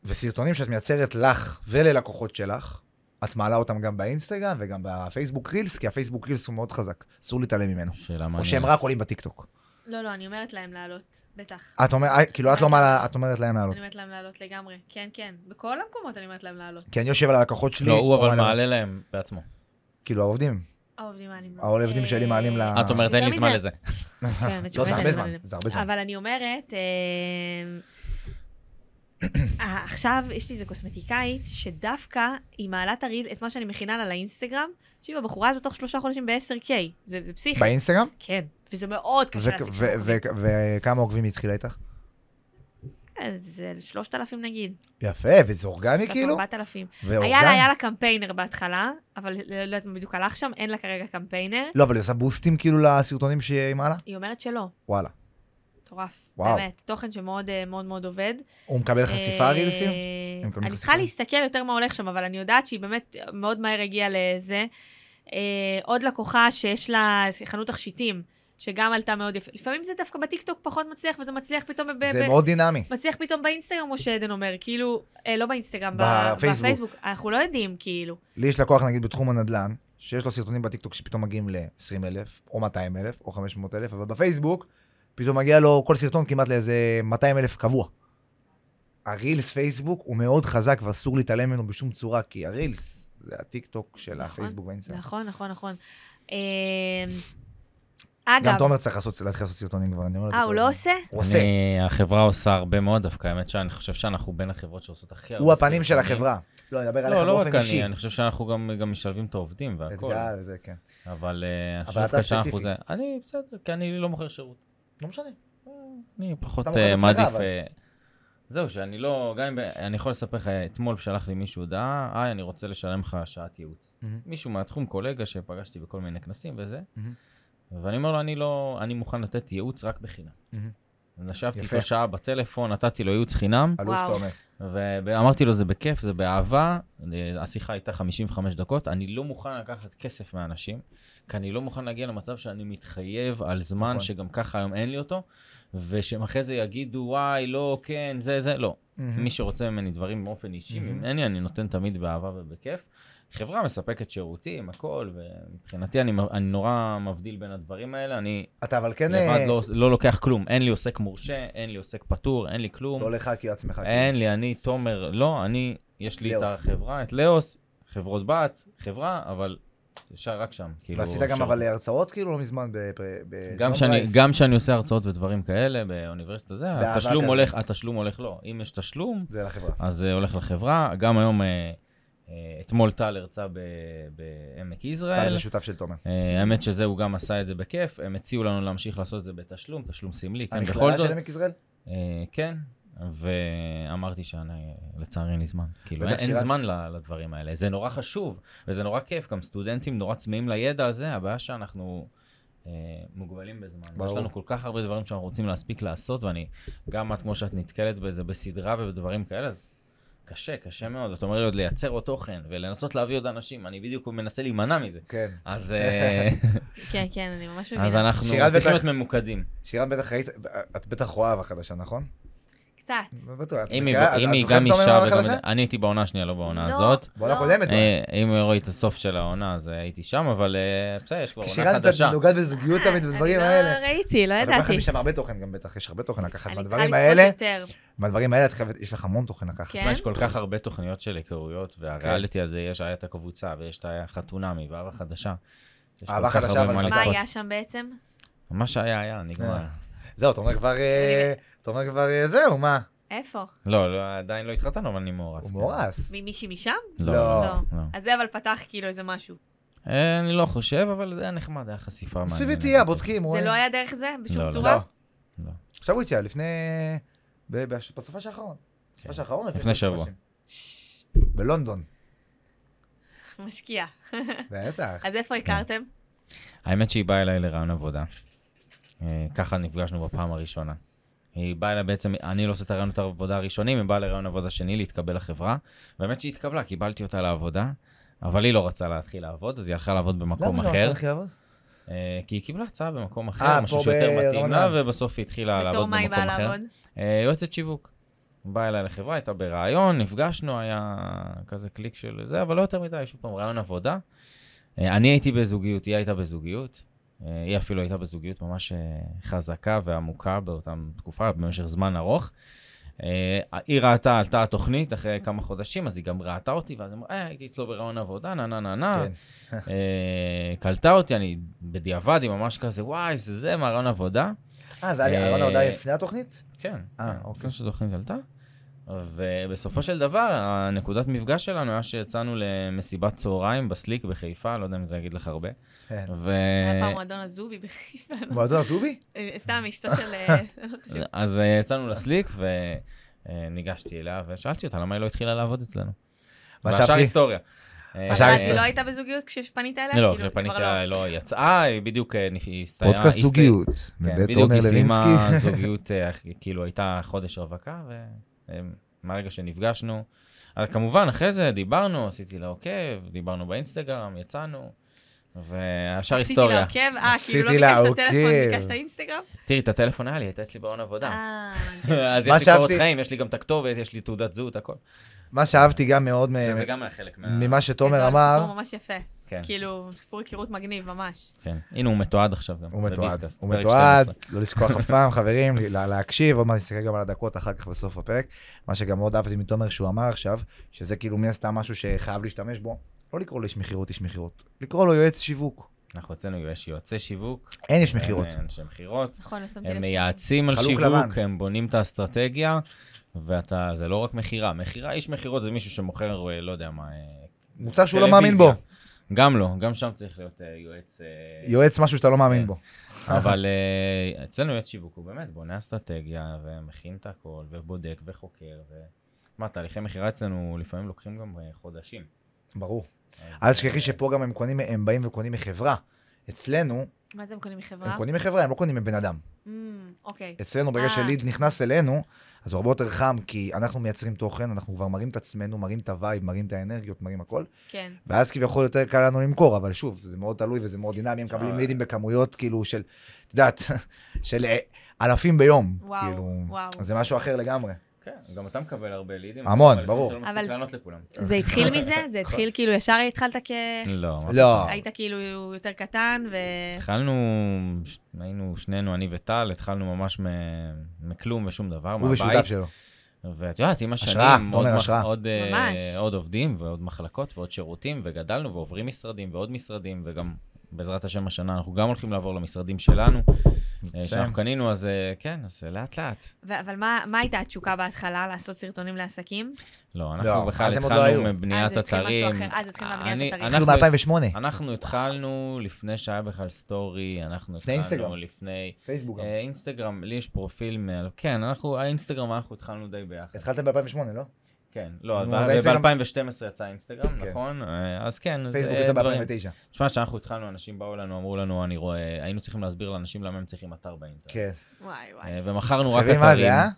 וסרטונים שאת מייצרת לך וללקוחות שלך, את מעלה אותם גם באינסטגרם וגם בפייסבוק רילס, כי הפייסבוק רילס הוא מאוד חזק, אסור להתעלם ממנו.
שאלה
או שהם
מעניינת.
רק עולים בטיקטוק.
לא, לא, אני אומרת להם לעלות, בטח.
את אומרת, כאילו, את לא מעלה, את אומרת להם לעלות.
אני אומרת להם לעלות לגמרי. כן, כן. בכל המקומות אני אומרת להם לעלות.
כי אני יושב על הלקוחות שלי.
לא, הוא אבל
אומר להם-
מעלה להם בעצמו.
כאילו, העובדים.
העובדים מעלים. אה,
העובדים שלי מעלים ל-
את אומרת, אין לי זמן לזה.
כן,
לא, זה הרבה זמן, זה הרבה זמן.
אבל אני אומרת, אה, אה, עכשיו יש לי איזה קוסמטיקאית, שדווקא היא מעלה את הריל, את מה שאני מכינה לה לאינסטגרם, שהיא הבחורה הזאת תוך שלושה חודשים ב-10K. זה זה פסיכי.
באינסטגרם?
כן. וזה מאוד קשה
זה-
להשיג.
ו- ו- ו- וכמה עוקבים היא התחילה איתך?
אה, זה 3,000 נגיד.
יפה, וזה אורגני כאילו?
4,000.
ואורגני?
היה לה, היה לה קמפיינר בהתחלה, אבל לא יודעת מה בדיוק הלך שם, אין לה כרגע קמפיינר.
לא, אבל היא עושה בוסטים כאילו לסרטונים שהיא מעלה?
היא אומרת שלא,
וואלה.
מטורף.
וואו.
באמת, תוכן שמאוד אה, מאוד מאוד עובד.
הוא מקבל חשיפה
אה,
רילסים? הם מקבלים
אני
חשיפה?
צריכה להסתכל יותר מה הולך שם, אבל אני יודעת שהיא באמת מאוד מהר הגיעה לזה. אה, עוד לקוחה שיש לה חנות תכשיטים, שגם עלתה מאוד יפה. לפעמים זה דווקא בטיקטוק פחות מצליח, וזה מצליח פתאום ב-
זה
ב-
מאוד דינמי.
מצליח פתאום באינסטגרם, כמו שעדן אומר, כאילו, אה, לא באינסטגרם, ב-
בפייסבוק.
בפייסבוק. אנחנו לא יודעים, כאילו.
לי יש לקוח נגיד בתחום הנדל"ן, שיש לו סרטונים בטיקטוק שפתאום מגיעים ל-20 אלף, או 200 אלף, או 500 אלף, אבל בפייסבוק, פתאום מגיע לו כל סרטון כמעט לאיזה 200 אלף קבוע. הרילס פייסבוק הוא מאוד חזק ואסור להתעלם ממנו בשום צורה, כי הרילס זה הטיקטוק של
נכון,
הפייסבוק והאינסטגרם.
נכון, נכון, נכון. אה, אגב,
גם תומר צריך לעשות- להתחיל לעשות סרטונים כבר, אני אומר את זה.
אה,
כל
הוא לא
הזמן.
עושה?
הוא עושה.
אני- החברה עושה הרבה מאוד דווקא, האמת שאני חושב שאנחנו בין החברות שעושות הכי הרבה.
הוא הפנים של
סרטונים.
החברה. לא, אני מדבר עליך
לא, לא
באופן
רק
אישי.
אני, אני חושב שאנחנו גם גם משלבים את העובדים והכל.
אתגר, זה, כן.
אבל אה, אני
אבל
חושב
אתה
דווקא שאנחנו...
ספציפי.
זה- אני בסדר, כי אני לא מוכר שירות. אה,
לא משנה.
אני פחות
אתה מוכר
אה,
את עצמך,
מעדיף...
אבל.
אה, זהו, שאני לא... גם אם... אני יכול לספר לך, אתמול שלח לי מישהו הודעה, היי, אני רוצה לשלם לך שעת ייעוץ.
מהמם.
מישהו מהתחום, קולגה שפגשתי בכל מיני כנסים וזה,
מהמם.
ואני אומר לו, אני לא... אני מוכן לתת ייעוץ רק בחינם.
מהמם.
אז ישבתי
יפה.
איתו שעה בטלפון, נתתי לו ייעוץ חינם,
אלוף
וואו.
תומר.
ואמרתי לו, זה בכיף, זה באהבה, אה, השיחה הייתה 55 דקות, אני לא מוכן לקחת כסף מאנשים, כי אני לא מוכן להגיע למצב שאני מתחייב על זמן
נכון.
נכון. שגם ככה היום אין לי אותו, ושהם אחרי זה יגידו, וואי, לא, כן, זה, זה, לא.
מהמם.
מי שרוצה ממני דברים באופן אישי,
מהמם.
ממני, אני נותן תמיד באהבה ובכיף. חברה מספקת שירותים, הכל, ומבחינתי אני, אני נורא מבדיל בין הדברים האלה, אני
אתה אבל כן...
לבד
אה,
לא, לא לוקח כלום, אין לי עוסק מורשה, אין לי עוסק פטור, אין לי כלום.
לא לך כי עצמך.
אין לי, אני, תומר, לא, אני, יש לי את
לאוס.
החברה, את לאוס, חברות בת, חברה, אבל ישר רק שם. כאילו,
ועשית גם
אפשר-
אבל הרצאות כאילו לא מזמן בפר- ב...
גם
ג'ון
שאני,
ברייס.
גם שאני עושה הרצאות ודברים כאלה באוניברסיטה זה,
באהבה
התשלום
כזה.
הולך, התשלום הולך לא. אם יש תשלום,
זה לחברה.
אז זה הולך לחברה. גם היום, אה, אה, אתמול טל הרצה ב- בעמק
אתה
יזרעאל.
זה שותף של תומר.
אה, האמת שזה, הוא גם עשה את זה בכיף. הם הציעו לנו להמשיך לעשות את זה בתשלום, תשלום סמלי, כן, בכל
המכללה
זאת.
של עמק יזרעאל?
אה, כן, ואמרתי שאני, לצערי אין לי זמן. כאילו,
בטח
אין, אין
שירת.
זמן ל- לדברים האלה. זה נורא חשוב, וזה נורא כיף. גם סטודנטים נורא צמאים לידע הזה, הבעיה שאנחנו אה, מוגבלים בזמן.
ברור.
יש לנו כל כך הרבה דברים שאנחנו רוצים להספיק לעשות, ואני, גם את, כמו שאת נתקלת בזה בסדרה ובדברים כאלה, אז קשה, קשה מאוד. זאת אומרת, עוד לייצר עוד תוכן, ולנסות להביא עוד אנשים. אני בדיוק מנסה להימנע מזה.
כן. (laughs)
אז, אה,
כן, כן, אני ממש
אז
מבינה.
אנחנו
שירת
צריכים
בטח-
להיות ממוקדים.
שירן בטח ראית, את בטח רואה אהבה חדשה, נכון?
קצת.
לא בטוח. את
אם היא-
זוכרת-
אם
את
היא
זוכרת
גם
את תומר
אישה
אהבה
וגם...
חדשה?
אני הייתי בעונה השנייה, לא בעונה
לא,
הזאת.
בעונה
לא.
הקודמת. אולי.
אה, אם ראיתי את הסוף של העונה, אז הייתי שם, אבל אה, בסדר, יש כבר עונה
שירן
חדשה.
קצת נוגעת בזוגיות תמיד ובדברים
אני
האלה.
לא ראיתי, לא
את לוקחת
ידעתי.
משם הרבה תוכן גם בטח, יש הרבה תוכן לקחת.
אני צריכה
מהדברים
לצפות
האלה,
יותר.
מהדברים האלה את חייבת, יש לך המון תוכן לקחת.
כן.
תשמע, יש כל כך הרבה תוכניות של היכרויות,
כן.
והריאליטי הזה, יש היה את הקבוצה, ויש את החתונמי, ואהבה חדשה. יש
אהבה
כל כך
חדשה,
הרבה
אבל
מה
מה
לצפות.
היה שם בעצם?
מה שהיה, היה, נגמר.
אה. זהו, תומר כבר, אה, תומר כבר, אה, זהו, מה?
איפה?
לא, לא, עדיין לא התחתנו, אבל אני מאורס.
הוא
כן.
מאורס.
ממישהי משם?
לא.
לא.
לא. לא.
אז זה אבל פתח כאילו איזה משהו.
אה, אני לא חושב, אבל זה היה נחמד, היה חשיפה מעניינת.
סביב איתי, הבודקים,
זה
רואים.
לא היה דרך זה?
לא,
בשום
לא.
צורה?
לא.
לא.
עכשיו הוא הציע, לפני... ב- בש- בסופש האחרון.
כן.
בסופש האחרון? שלושה
לפני שבוע.
חודשים. בלונדון.
משקיע.
(laughs) בטח.
אז איפה הכרתם?
כן. האמת שהיא באה אליי לרעיון עבודה. אה, ככה נפגשנו בפעם הראשונה. היא באה אליי בעצם, אני לא עושה את הרעיון העבודה הראשונים, היא באה לרעיון עבודה שני להתקבל לחברה. באמת שהיא התקבלה, קיבלתי אותה לעבודה, אבל היא לא רצה להתחיל לעבוד, אז היא הלכה לעבוד במקום
למה לא
אחר.
הלך לעבוד?
אה, כי היא קיבלה הצעה במקום
אה,
אחר, משהו
פה
שיותר מתאים
ברמת
לה,
גן.
ובסוף היא התחילה
בתור
לעבוד
מה היא
במקום
באה
אחר.
לעבוד?
אה, יועצת שיווק. באה אליי לחברה, הייתה ברעיון, נפגשנו, היה כזה קליק של זה, אבל לא יותר מדי, שוב פעם, רעיון עבודה. אה, אני הייתי בזוגיות, היא הייתה בזוגיות. אה, היא אפילו הייתה בזוגיות ממש אה, חזקה ועמוקה באותה תקופה, במשך זמן ארוך. אה, היא ראתה, עלתה התוכנית אחרי כמה חודשים, אז היא גם ראתה אותי, ואז היא אמרה, אה, הייתי אצלו ברעיון עבודה, נה נה נה נה.
כן.
אה, קלטה אותי, אני בדיעבד, היא ממש כזה, וואי, זה זה, מהרעיון עבודה.
אה, זה היה
אה,
ארון העבודה לפני התוכנית?
כן.
אה,
כן,
אוקיי.
לפני שהתוכנית עלתה. ובסופו של דבר, הנקודת מפגש שלנו היה שיצאנו למסיבת צהריים בסליק בחיפה, לא יודע אם זה יגיד לך הרבה.
כן.
ו...
היה פעם מועדון הזובי בחיפה. לא?
מועדון הזובי?
אה, סתם, אשתו
(laughs)
של... אה, לא חשוב.
אז אה, יצאנו לסליק וניגשתי אליה ושאלתי אותה למה היא לא התחילה לעבוד אצלנו. והשאר
חשבתי?
היסטוריה. אה,
השאר
אבל אז
היסטוריה.
היא לא הייתה בזוגיות כשפנית אליה?
לא,
כאילו,
כשפנית
כבר לא.
אליה היא לא יצאה, היא בדיוק אה, נפ- היא הסתיימה.
פודקאסט
היא הסת-
זוגיות,
כן,
מבית
בדיוק,
עומר
היא סיימה
לוינסקי.
זוגיות, אה, כאילו הייתה חודש רווקה, ומהרגע שנפגשנו, אז כמובן, אחרי זה דיברנו, עשיתי לה עוקב, דיברנו באינסטגרם, יצאנו, והשאר היסטוריה.
עשיתי לה עוקב, אה, כאילו לא
עשיתי לה
ביקשת טלפון,
עוקב.
ביקשת אינסטגרם?
תראי, את הטלפון היה לי, הייתה אצלי בהון עבודה. (laughs)
אה,
אז
מה
יש לי קורות
שאהבתי-
חיים, יש לי גם את הכתובת, יש לי תעודת זהות, הכל.
(laughs) מה שאהבתי גם מאוד מ-
שזה גם היה חלק מה...
ממה שתומר
גדול,
אמר,
סיפור ממש יפה.
כן,
כאילו, סיפור היכרות מגניב ממש.
כן. הנה, הוא מתועד עכשיו גם.
הוא מתועד,
בביסקאסט,
הוא
פרק
מתועד,
12.
לא לשכוח אף
(laughs)
פעם, חברים, לה- להקשיב, עוד מעט נסתכל גם על הדקות אחר כך בסוף הפרק. מה שגם מאוד אהבתי מתומר שהוא אמר עכשיו, שזה כאילו מן הסתם משהו שחייב להשתמש בו, לא לקרוא לו איש מכירות איש מכירות, לקרוא לו יועץ שיווק.
אנחנו אצלנו, יש יועצי שיווק.
אין איש מכירות.
אין אנשי מכירות.
נכון, לא שמתי לב.
הם אה,
שזה-
מייעצים על
חלוק
שיווק,
לבן.
הם בונים את האסטרטגיה, ואתה, זה לא רק מכירה. מכירה, איש מכירות זה מישהו שמוכר, אה, לא יודע מה, אה,
מוצר שהוא לא
טלוויזיה.
מאמין בו,
גם לא, גם שם צריך להיות אה, יועץ. אה,
יועץ משהו שאתה לא מאמין
כן.
בו.
(laughs) אבל אה, אצלנו יועץ שיווק, הוא באמת בונה אסטרטגיה, ומכין את הכל, ובודק, וחוקר, ו... מה, תהליכי מכירה אצלנו לפעמים לוקחים גם אה, חודשים.
ברור.
אז,
אל תשכחי
אה,
שפה גם הם קונים, הם באים וקונים מחברה. אצלנו,
מה זה הם קונים מחברה?
הם קונים מחברה, הם לא קונים מבן אדם.
Mm, אוקיי.
אצלנו,
אה.
ברגע שליד נכנס אלינו, אז הוא הרבה יותר חם, כי אנחנו מייצרים תוכן, אנחנו כבר מראים את עצמנו, מראים את הווייב, מראים את האנרגיות, מראים הכל,
כן.
ואז כביכול יותר קל לנו למכור, אבל שוב, זה מאוד תלוי וזה מאוד דינמי, הם
עכשיו-
מקבלים לידים בכמויות כאילו של, את יודעת, (laughs) של אה, אלפים ביום.
וואו,
כאילו,
וואו.
זה משהו אחר לגמרי.
כן, גם אתה מקבל הרבה לידים.
המון,
אבל
ברור.
אתה לא מספיק
אבל-
לענות לכולם.
זה
(laughs)
התחיל מזה? זה התחיל כאילו, ישר התחלת כ...
לא, מה
לא,
היית כאילו יותר קטן, ו...
התחלנו, ש- היינו שנינו, אני וטל, התחלנו ממש מ- מכלום ושום דבר,
הוא
מהבית.
ושותף שלו.
ואת יודעת, עם השנים,
השראה,
עוד,
תומר,
מח-
השראה.
עוד, אה,
ממש.
עוד עובדים ועוד מחלקות ועוד שירותים, וגדלנו ועוברים משרדים ועוד משרדים, וגם בעזרת השם השנה אנחנו גם הולכים לעבור למשרדים שלנו, אה, שאנחנו קנינו, אז אה, כן, אז אה, לאט לאט.
ו- אבל מה מה הייתה התשוקה בהתחלה? לעשות סרטונים לעסקים?
לא,
לא,
אנחנו בכלל
אז הם עוד לא
התחלנו
היו.
מבניית
אז התחיל משהו
אתרים.
אחר, אז התחיל מהבניית
אני-
אתרים.
התחילו
אנחנו- אה,
ב-2008,
אנחנו התחלנו לפני שהיה בכלל סטורי, אנחנו
לפני
התחלנו
אינסטגרם.
לפני...
פייסבוק גם.
אה, אינסטגרם, לי יש פרופיל מעל... כן, אנחנו, האינסטגרם אנחנו התחלנו די ביחד.
התחלתם ב-2008, לא?
כן, לא,
נו, אז האינסטגרם-
ב-2012 יצא אינסטגרם,
כן.
נכון? אה, אז כן,
פייסבוק
אה,
יצא
דברים.
ב-2009.
תשמע, כשאנחנו התחלנו, אנשים באו אלינו, אמרו לנו, אני רואה, היינו צריכים להסביר לאנשים למה הם צריכים אתר באינטרנט.
כן.
וואי, וואי,
אה, ומכרנו רק
תחשבי מה זה,
אתרים.
אה?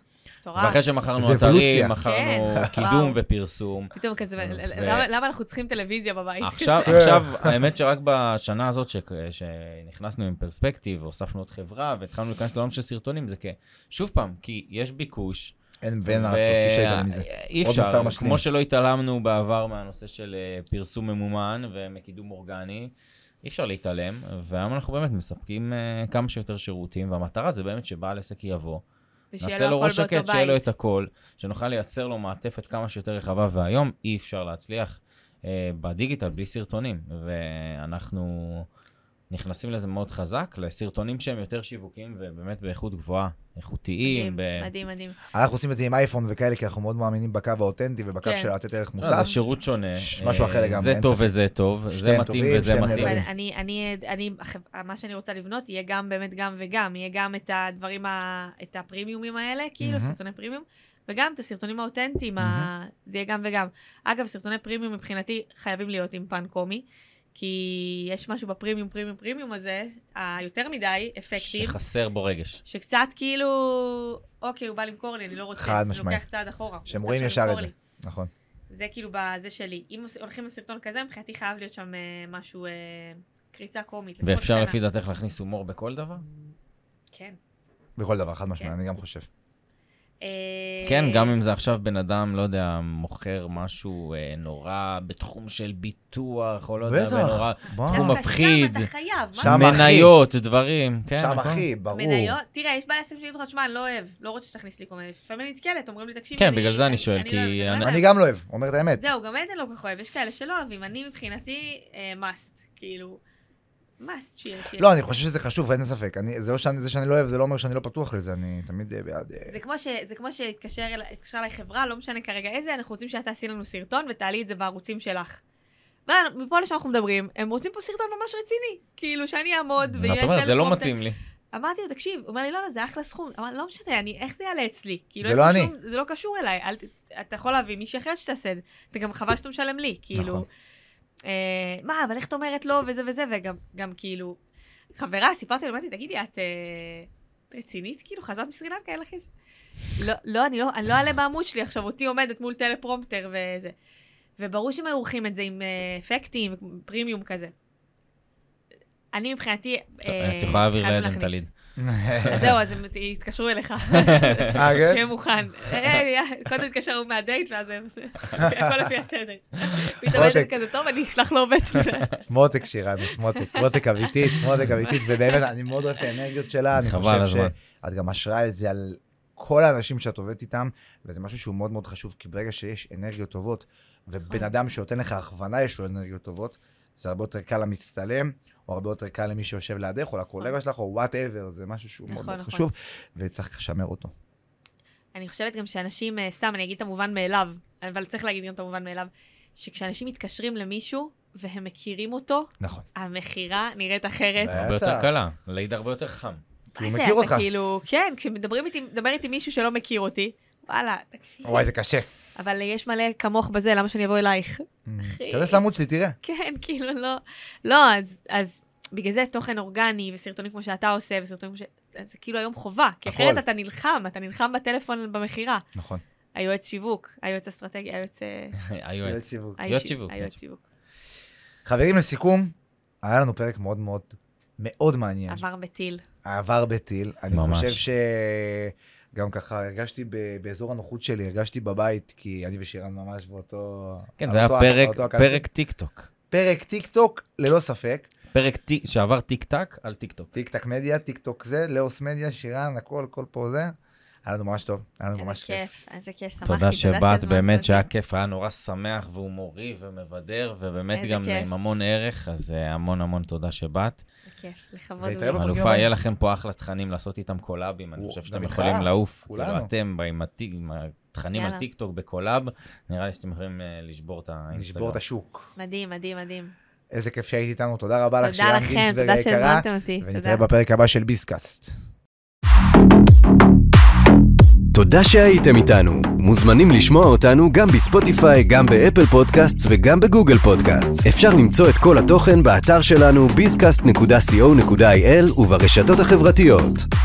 מטורף.
ואחרי שמכרנו
זה
אתרים,
אבולוציה.
מכרנו
כן,
(laughs) קידום
וואו.
ופרסום.
פתאום כזה,
ו-
למה- למה אנחנו צריכים טלוויזיה בבית?
אה, עכשיו,
כן. (laughs)
עכשיו, האמת שרק בשנה הזאת ש- שנכנסנו עם פרספקטיב, הוספנו עוד חברה, והתחלנו להיכנס לעולם של סרטונים, זה כ... שוב פעם, כי יש ביקוש,
אין ואין לעשות, אי אפשר להתעלם מזה.
אי
עוד מוצר
אפשר,
משלים.
כמו שלא התעלמנו בעבר מהנושא של אה, פרסום ממומן ומקידום אורגני, אי אפשר להתעלם, והיום אנחנו באמת מספקים אה, כמה שיותר שירותים, והמטרה זה באמת שבעל עסק יבוא,
(laughs) ושיהיה
נעשה לו
הכל
ראש
באותו
שקט, שיהיה לו
בית.
את הכל, שנוכל לייצר לו מעטפת כמה שיותר רחבה, והיום אי אפשר להצליח אה, בדיגיטל בלי סרטונים, ואנחנו... נכנסים לזה מאוד חזק, לסרטונים שהם יותר שיווקים ובאמת באיכות גבוהה, איכותיים,
מדהים,
ב-
מדהים, מדהים.
אנחנו עושים את זה עם אייפון וכאלה, כי אנחנו מאוד מאמינים בקו האותנטי ובקו
כן.
של לתת ערך
לא, זה
מוסף.
שירות שונה.
ש- משהו אחר
אה,
לגמרי,
זה
אין
טוב
ספק.
וזה טוב, זה
שניהם
מתאים
טובים,
וזה
שניהם
מתאים.
אבל
מדהים.
אני, אני, אני, הח- מה שאני רוצה לבנות יהיה גם באמת גם וגם, יהיה גם את הדברים, ה, את הפרימיומים האלה, כאילו,
מהמם.
סרטוני פרימיום, וגם את הסרטונים האותנטיים, ה, זה יהיה גם וגם. אגב, סרטוני פרימיום מבחינתי חייבים להיות עם פן קומי, כי יש משהו בפרימיום, פרימיום, פרימיום הזה, היותר מדי אפקטיב,
שחסר בו רגש.
שקצת כאילו, אוקיי, הוא בא למכור לי, אני לא רוצה,
חד
אני
משמעית.
לוקח צעד אחורה. הוא
שהם
רוצה
רואים
עכשיו
ישר
למכור
את זה.
לי.
נכון.
זה כאילו בזה שלי. אם עוש- הולכים לסרטון כזה, מבחינתי חייב להיות שם אה, משהו, אה, קריצה קומית. לפחות
ואפשר
קטנה.
לפי דעתך להכניס הומור בכל דבר?
כן.
בכל דבר, חד משמעית,
כן.
אני גם חושב.
אה,
כן, גם אם זה עכשיו בן אדם, לא יודע, מוכר משהו אה, נורא בתחום של ביטוח, או לא יודע,
בטח,
ונורא...
בוא.
הוא
דווקא
דווקא שם
מפחיד.
אתה חייב, מה
שם, אחי.
מניות, דברים, כן.
שם,
הכל.
אחי, ברור.
מניות? תראה, יש בעלי עסקים שיגידו לך, שמע, אני לא אוהב, לא רוצה שתכניס לי כל מיני, לפעמים אני נתקלת, אומרים לי, תקשיבי,
כן, בגלל זה אני שואל,
לא
כי
אוהב את זה."
אני-
באמת,
אני גם לא אוהב, אומר את האמת.
זהו, גם עדן לא כל כך אוהב, יש כאלה שלא אוהבים, אני מבחינתי, אה, must, כאילו, must שיהיה, שיהיה.
לא, אני חושב שזה חשוב, אין ספק. אני- זה לא שאני- זה שאני לא אוהב, זה לא אומר שאני לא פתוח לזה, אני תמיד אה, בעד... אה,
זה כמו, ש, זה כמו שהתקשר אל- התקשרה אליי חברה, לא משנה כרגע איזה, אנחנו רוצים שאת תעשי לנו סרטון ותעלי את זה בערוצים שלך. ומפה לשם אנחנו מדברים, הם רוצים פה סרטון ממש רציני, כאילו שאני אעמוד ויהיה
את אומרת, זה לא
טלפרומפטר.
מתאים לי.
אמרתי לו, תקשיב, הוא אומר לי, לא, לא, זה אחלה סכום. אמרתי, לא משנה, אני, איך זה יעלה אצלי? כאילו,
זה לא
אין לי
אני.
שום- זה לא קשור אליי, אל, ת- אתה יכול להביא מישהי אחרת שתעשה את זה. זה גם חבל שאתה משלם לי,
נכון.
כאילו. אה, מה, אבל איך את אומרת לא, וזה וזה, וגם גם, כאילו... חברה, סיפרתי לו, אמרתי, תגידי, את אה, את רצינית? כאילו, חזרת מסרילנקה, אין לך איזה... לא, לא, אני לא, אני לא אעלה בעמוד שלי עכשיו, אותי עומדת מול טלפרומפטר וזה. וברור שהם היו עורכים את זה עם אה, אפקטים, פרימיום כזה. אני מבחינתי... אה,
את יכולה להעביר
התחלנו
לעדן
להכניס. (laughs)
טליד.
אז זהו, אז הם
(laughs)
יתקשרו
(laughs)
אליך.
אה, כן?
תהיה מוכן. היי, יא, אה, קודם התקשר הוא מהדייט, ואז הם... (laughs) הכל לפי הסדר. פתאום יש
עותק.
לי כזה טוב, אני אשלח לו עובד שלי.
מותק שירנו, מותק, מותק אמיתית, מותק אמיתית, ובאמת, אני מאוד אוהב את האנרגיות שלה, אה, אני
חבל
חושב
הזמן.
שאת גם משרה את זה על כל האנשים שאת עובדת איתם, וזה משהו שהוא מאוד מאוד חשוב, כי ברגע שיש אנרגיות טובות, ובן
נכון.
אדם שנותן לך הכוונה יש לו אנרגיות טובות, זה הרבה יותר קל למצטלם, או הרבה יותר קל למי שיושב לידך, או לקולגה שלך, או וואטאבר, זה משהו שהוא מאוד
נכון,
מאוד
נכון.
חשוב, וצריך לשמר אותו.
אני חושבת גם שאנשים, אה, סתם, אני אגיד את המובן מאליו, אבל צריך להגיד גם את המובן מאליו, שכשאנשים מתקשרים למישהו והם מכירים אותו,
נכון.
המכירה נראית אחרת.
אה, בטח.
הרבה יותר קלה, להיד הרבה יותר חם.
כי הוא
מה זה,
מכיר
אתה
אותך.
כאילו, כן, כשמדברים איתי, מדבר איתי מישהו שלא מכיר אותי, וואלה, תקשיב.
וואי, זה קשה.
אבל יש מלא כמוך בזה, למה שאני אבוא אלייך? (laughs)
תיכנס לעמוד שלי, תראה.
כן, כאילו, לא. לא, אז, אז בגלל זה תוכן אורגני וסרטונים כמו שאתה עושה וסרטונים כמו ש... אז זה כאילו היום חובה, כי
נכון.
אחרת אתה נלחם, אתה נלחם בטלפון במכירה.
נכון.
היועץ שיווק, היועץ אסטרטגי, היועץ...
(laughs)
אה,
היועץ. יועץ
האישי-
שיווק, יועץ
כן.
היועץ שיווק.
חברים, לסיכום, היה לנו פרק מאוד מאוד מאוד מעניין.
עבר בטיל.
עבר בטיל. אני
ממש.
חושב שגם ככה הרגשתי ב- באזור הנוחות שלי, הרגשתי בבית, כי אני ושירן ממש באותו...
כן, זה היה
אותו-
פרק,
אותו הקלצת.
פרק טיק טוק.
פרק טיק טוק, ללא ספק.
פרק טיק- שעבר טיק טק על טיק טוק.
טיק טק מדיה, טיק טוק זה, לאוס מדיה, שירן, הכל, כל פה זה. היה לנו ממש טוב, היה לנו
איזה
ממש כיף.
כיף, איזה כיף, שמחתי.
תודה שבאת,
שהזמנת
באמת
אותי.
שהיה כיף, היה נורא שמח והוא מורי ומבדר, ובאמת
איזה
גם
כיף.
עם המון ערך, אז אה, המון המון תודה שבאת.
זה כיף, לכבוד.
להתראה
הוא לי.
בפרק
אלופה,
הבא.
יהיה לכם פה אחלה תכנים לעשות איתם קולאבים, אני
הוא-
חושב
גם
שאתם
איתך,
יכולים לעוף.
כולנו.
כאילו, אתם ב- עם הטי- עם התכנים על
יאללה.
טיק טוק בקולאב, נראה לי שאתם יכולים אה, לשבור את
נשבור
האינסטגרם.
את השוק.
מדהים, מדהים, מדהים.
איזה כיף שהיית איתנו, תודה רבה לך,
תודה
שירן
לכם,
גינצברג
תודה
היקרה.
שהזמנתם אותי.
ונתראה
תודה.
בפרק הבא של ביסקאסט.
תודה שהייתם איתנו. מוזמנים לשמוע אותנו גם בספוטיפיי, גם באפל פודקאסטס וגם בגוגל פודקאסטס. אפשר למצוא את כל התוכן באתר שלנו bizcast.co.il וברשתות החברתיות.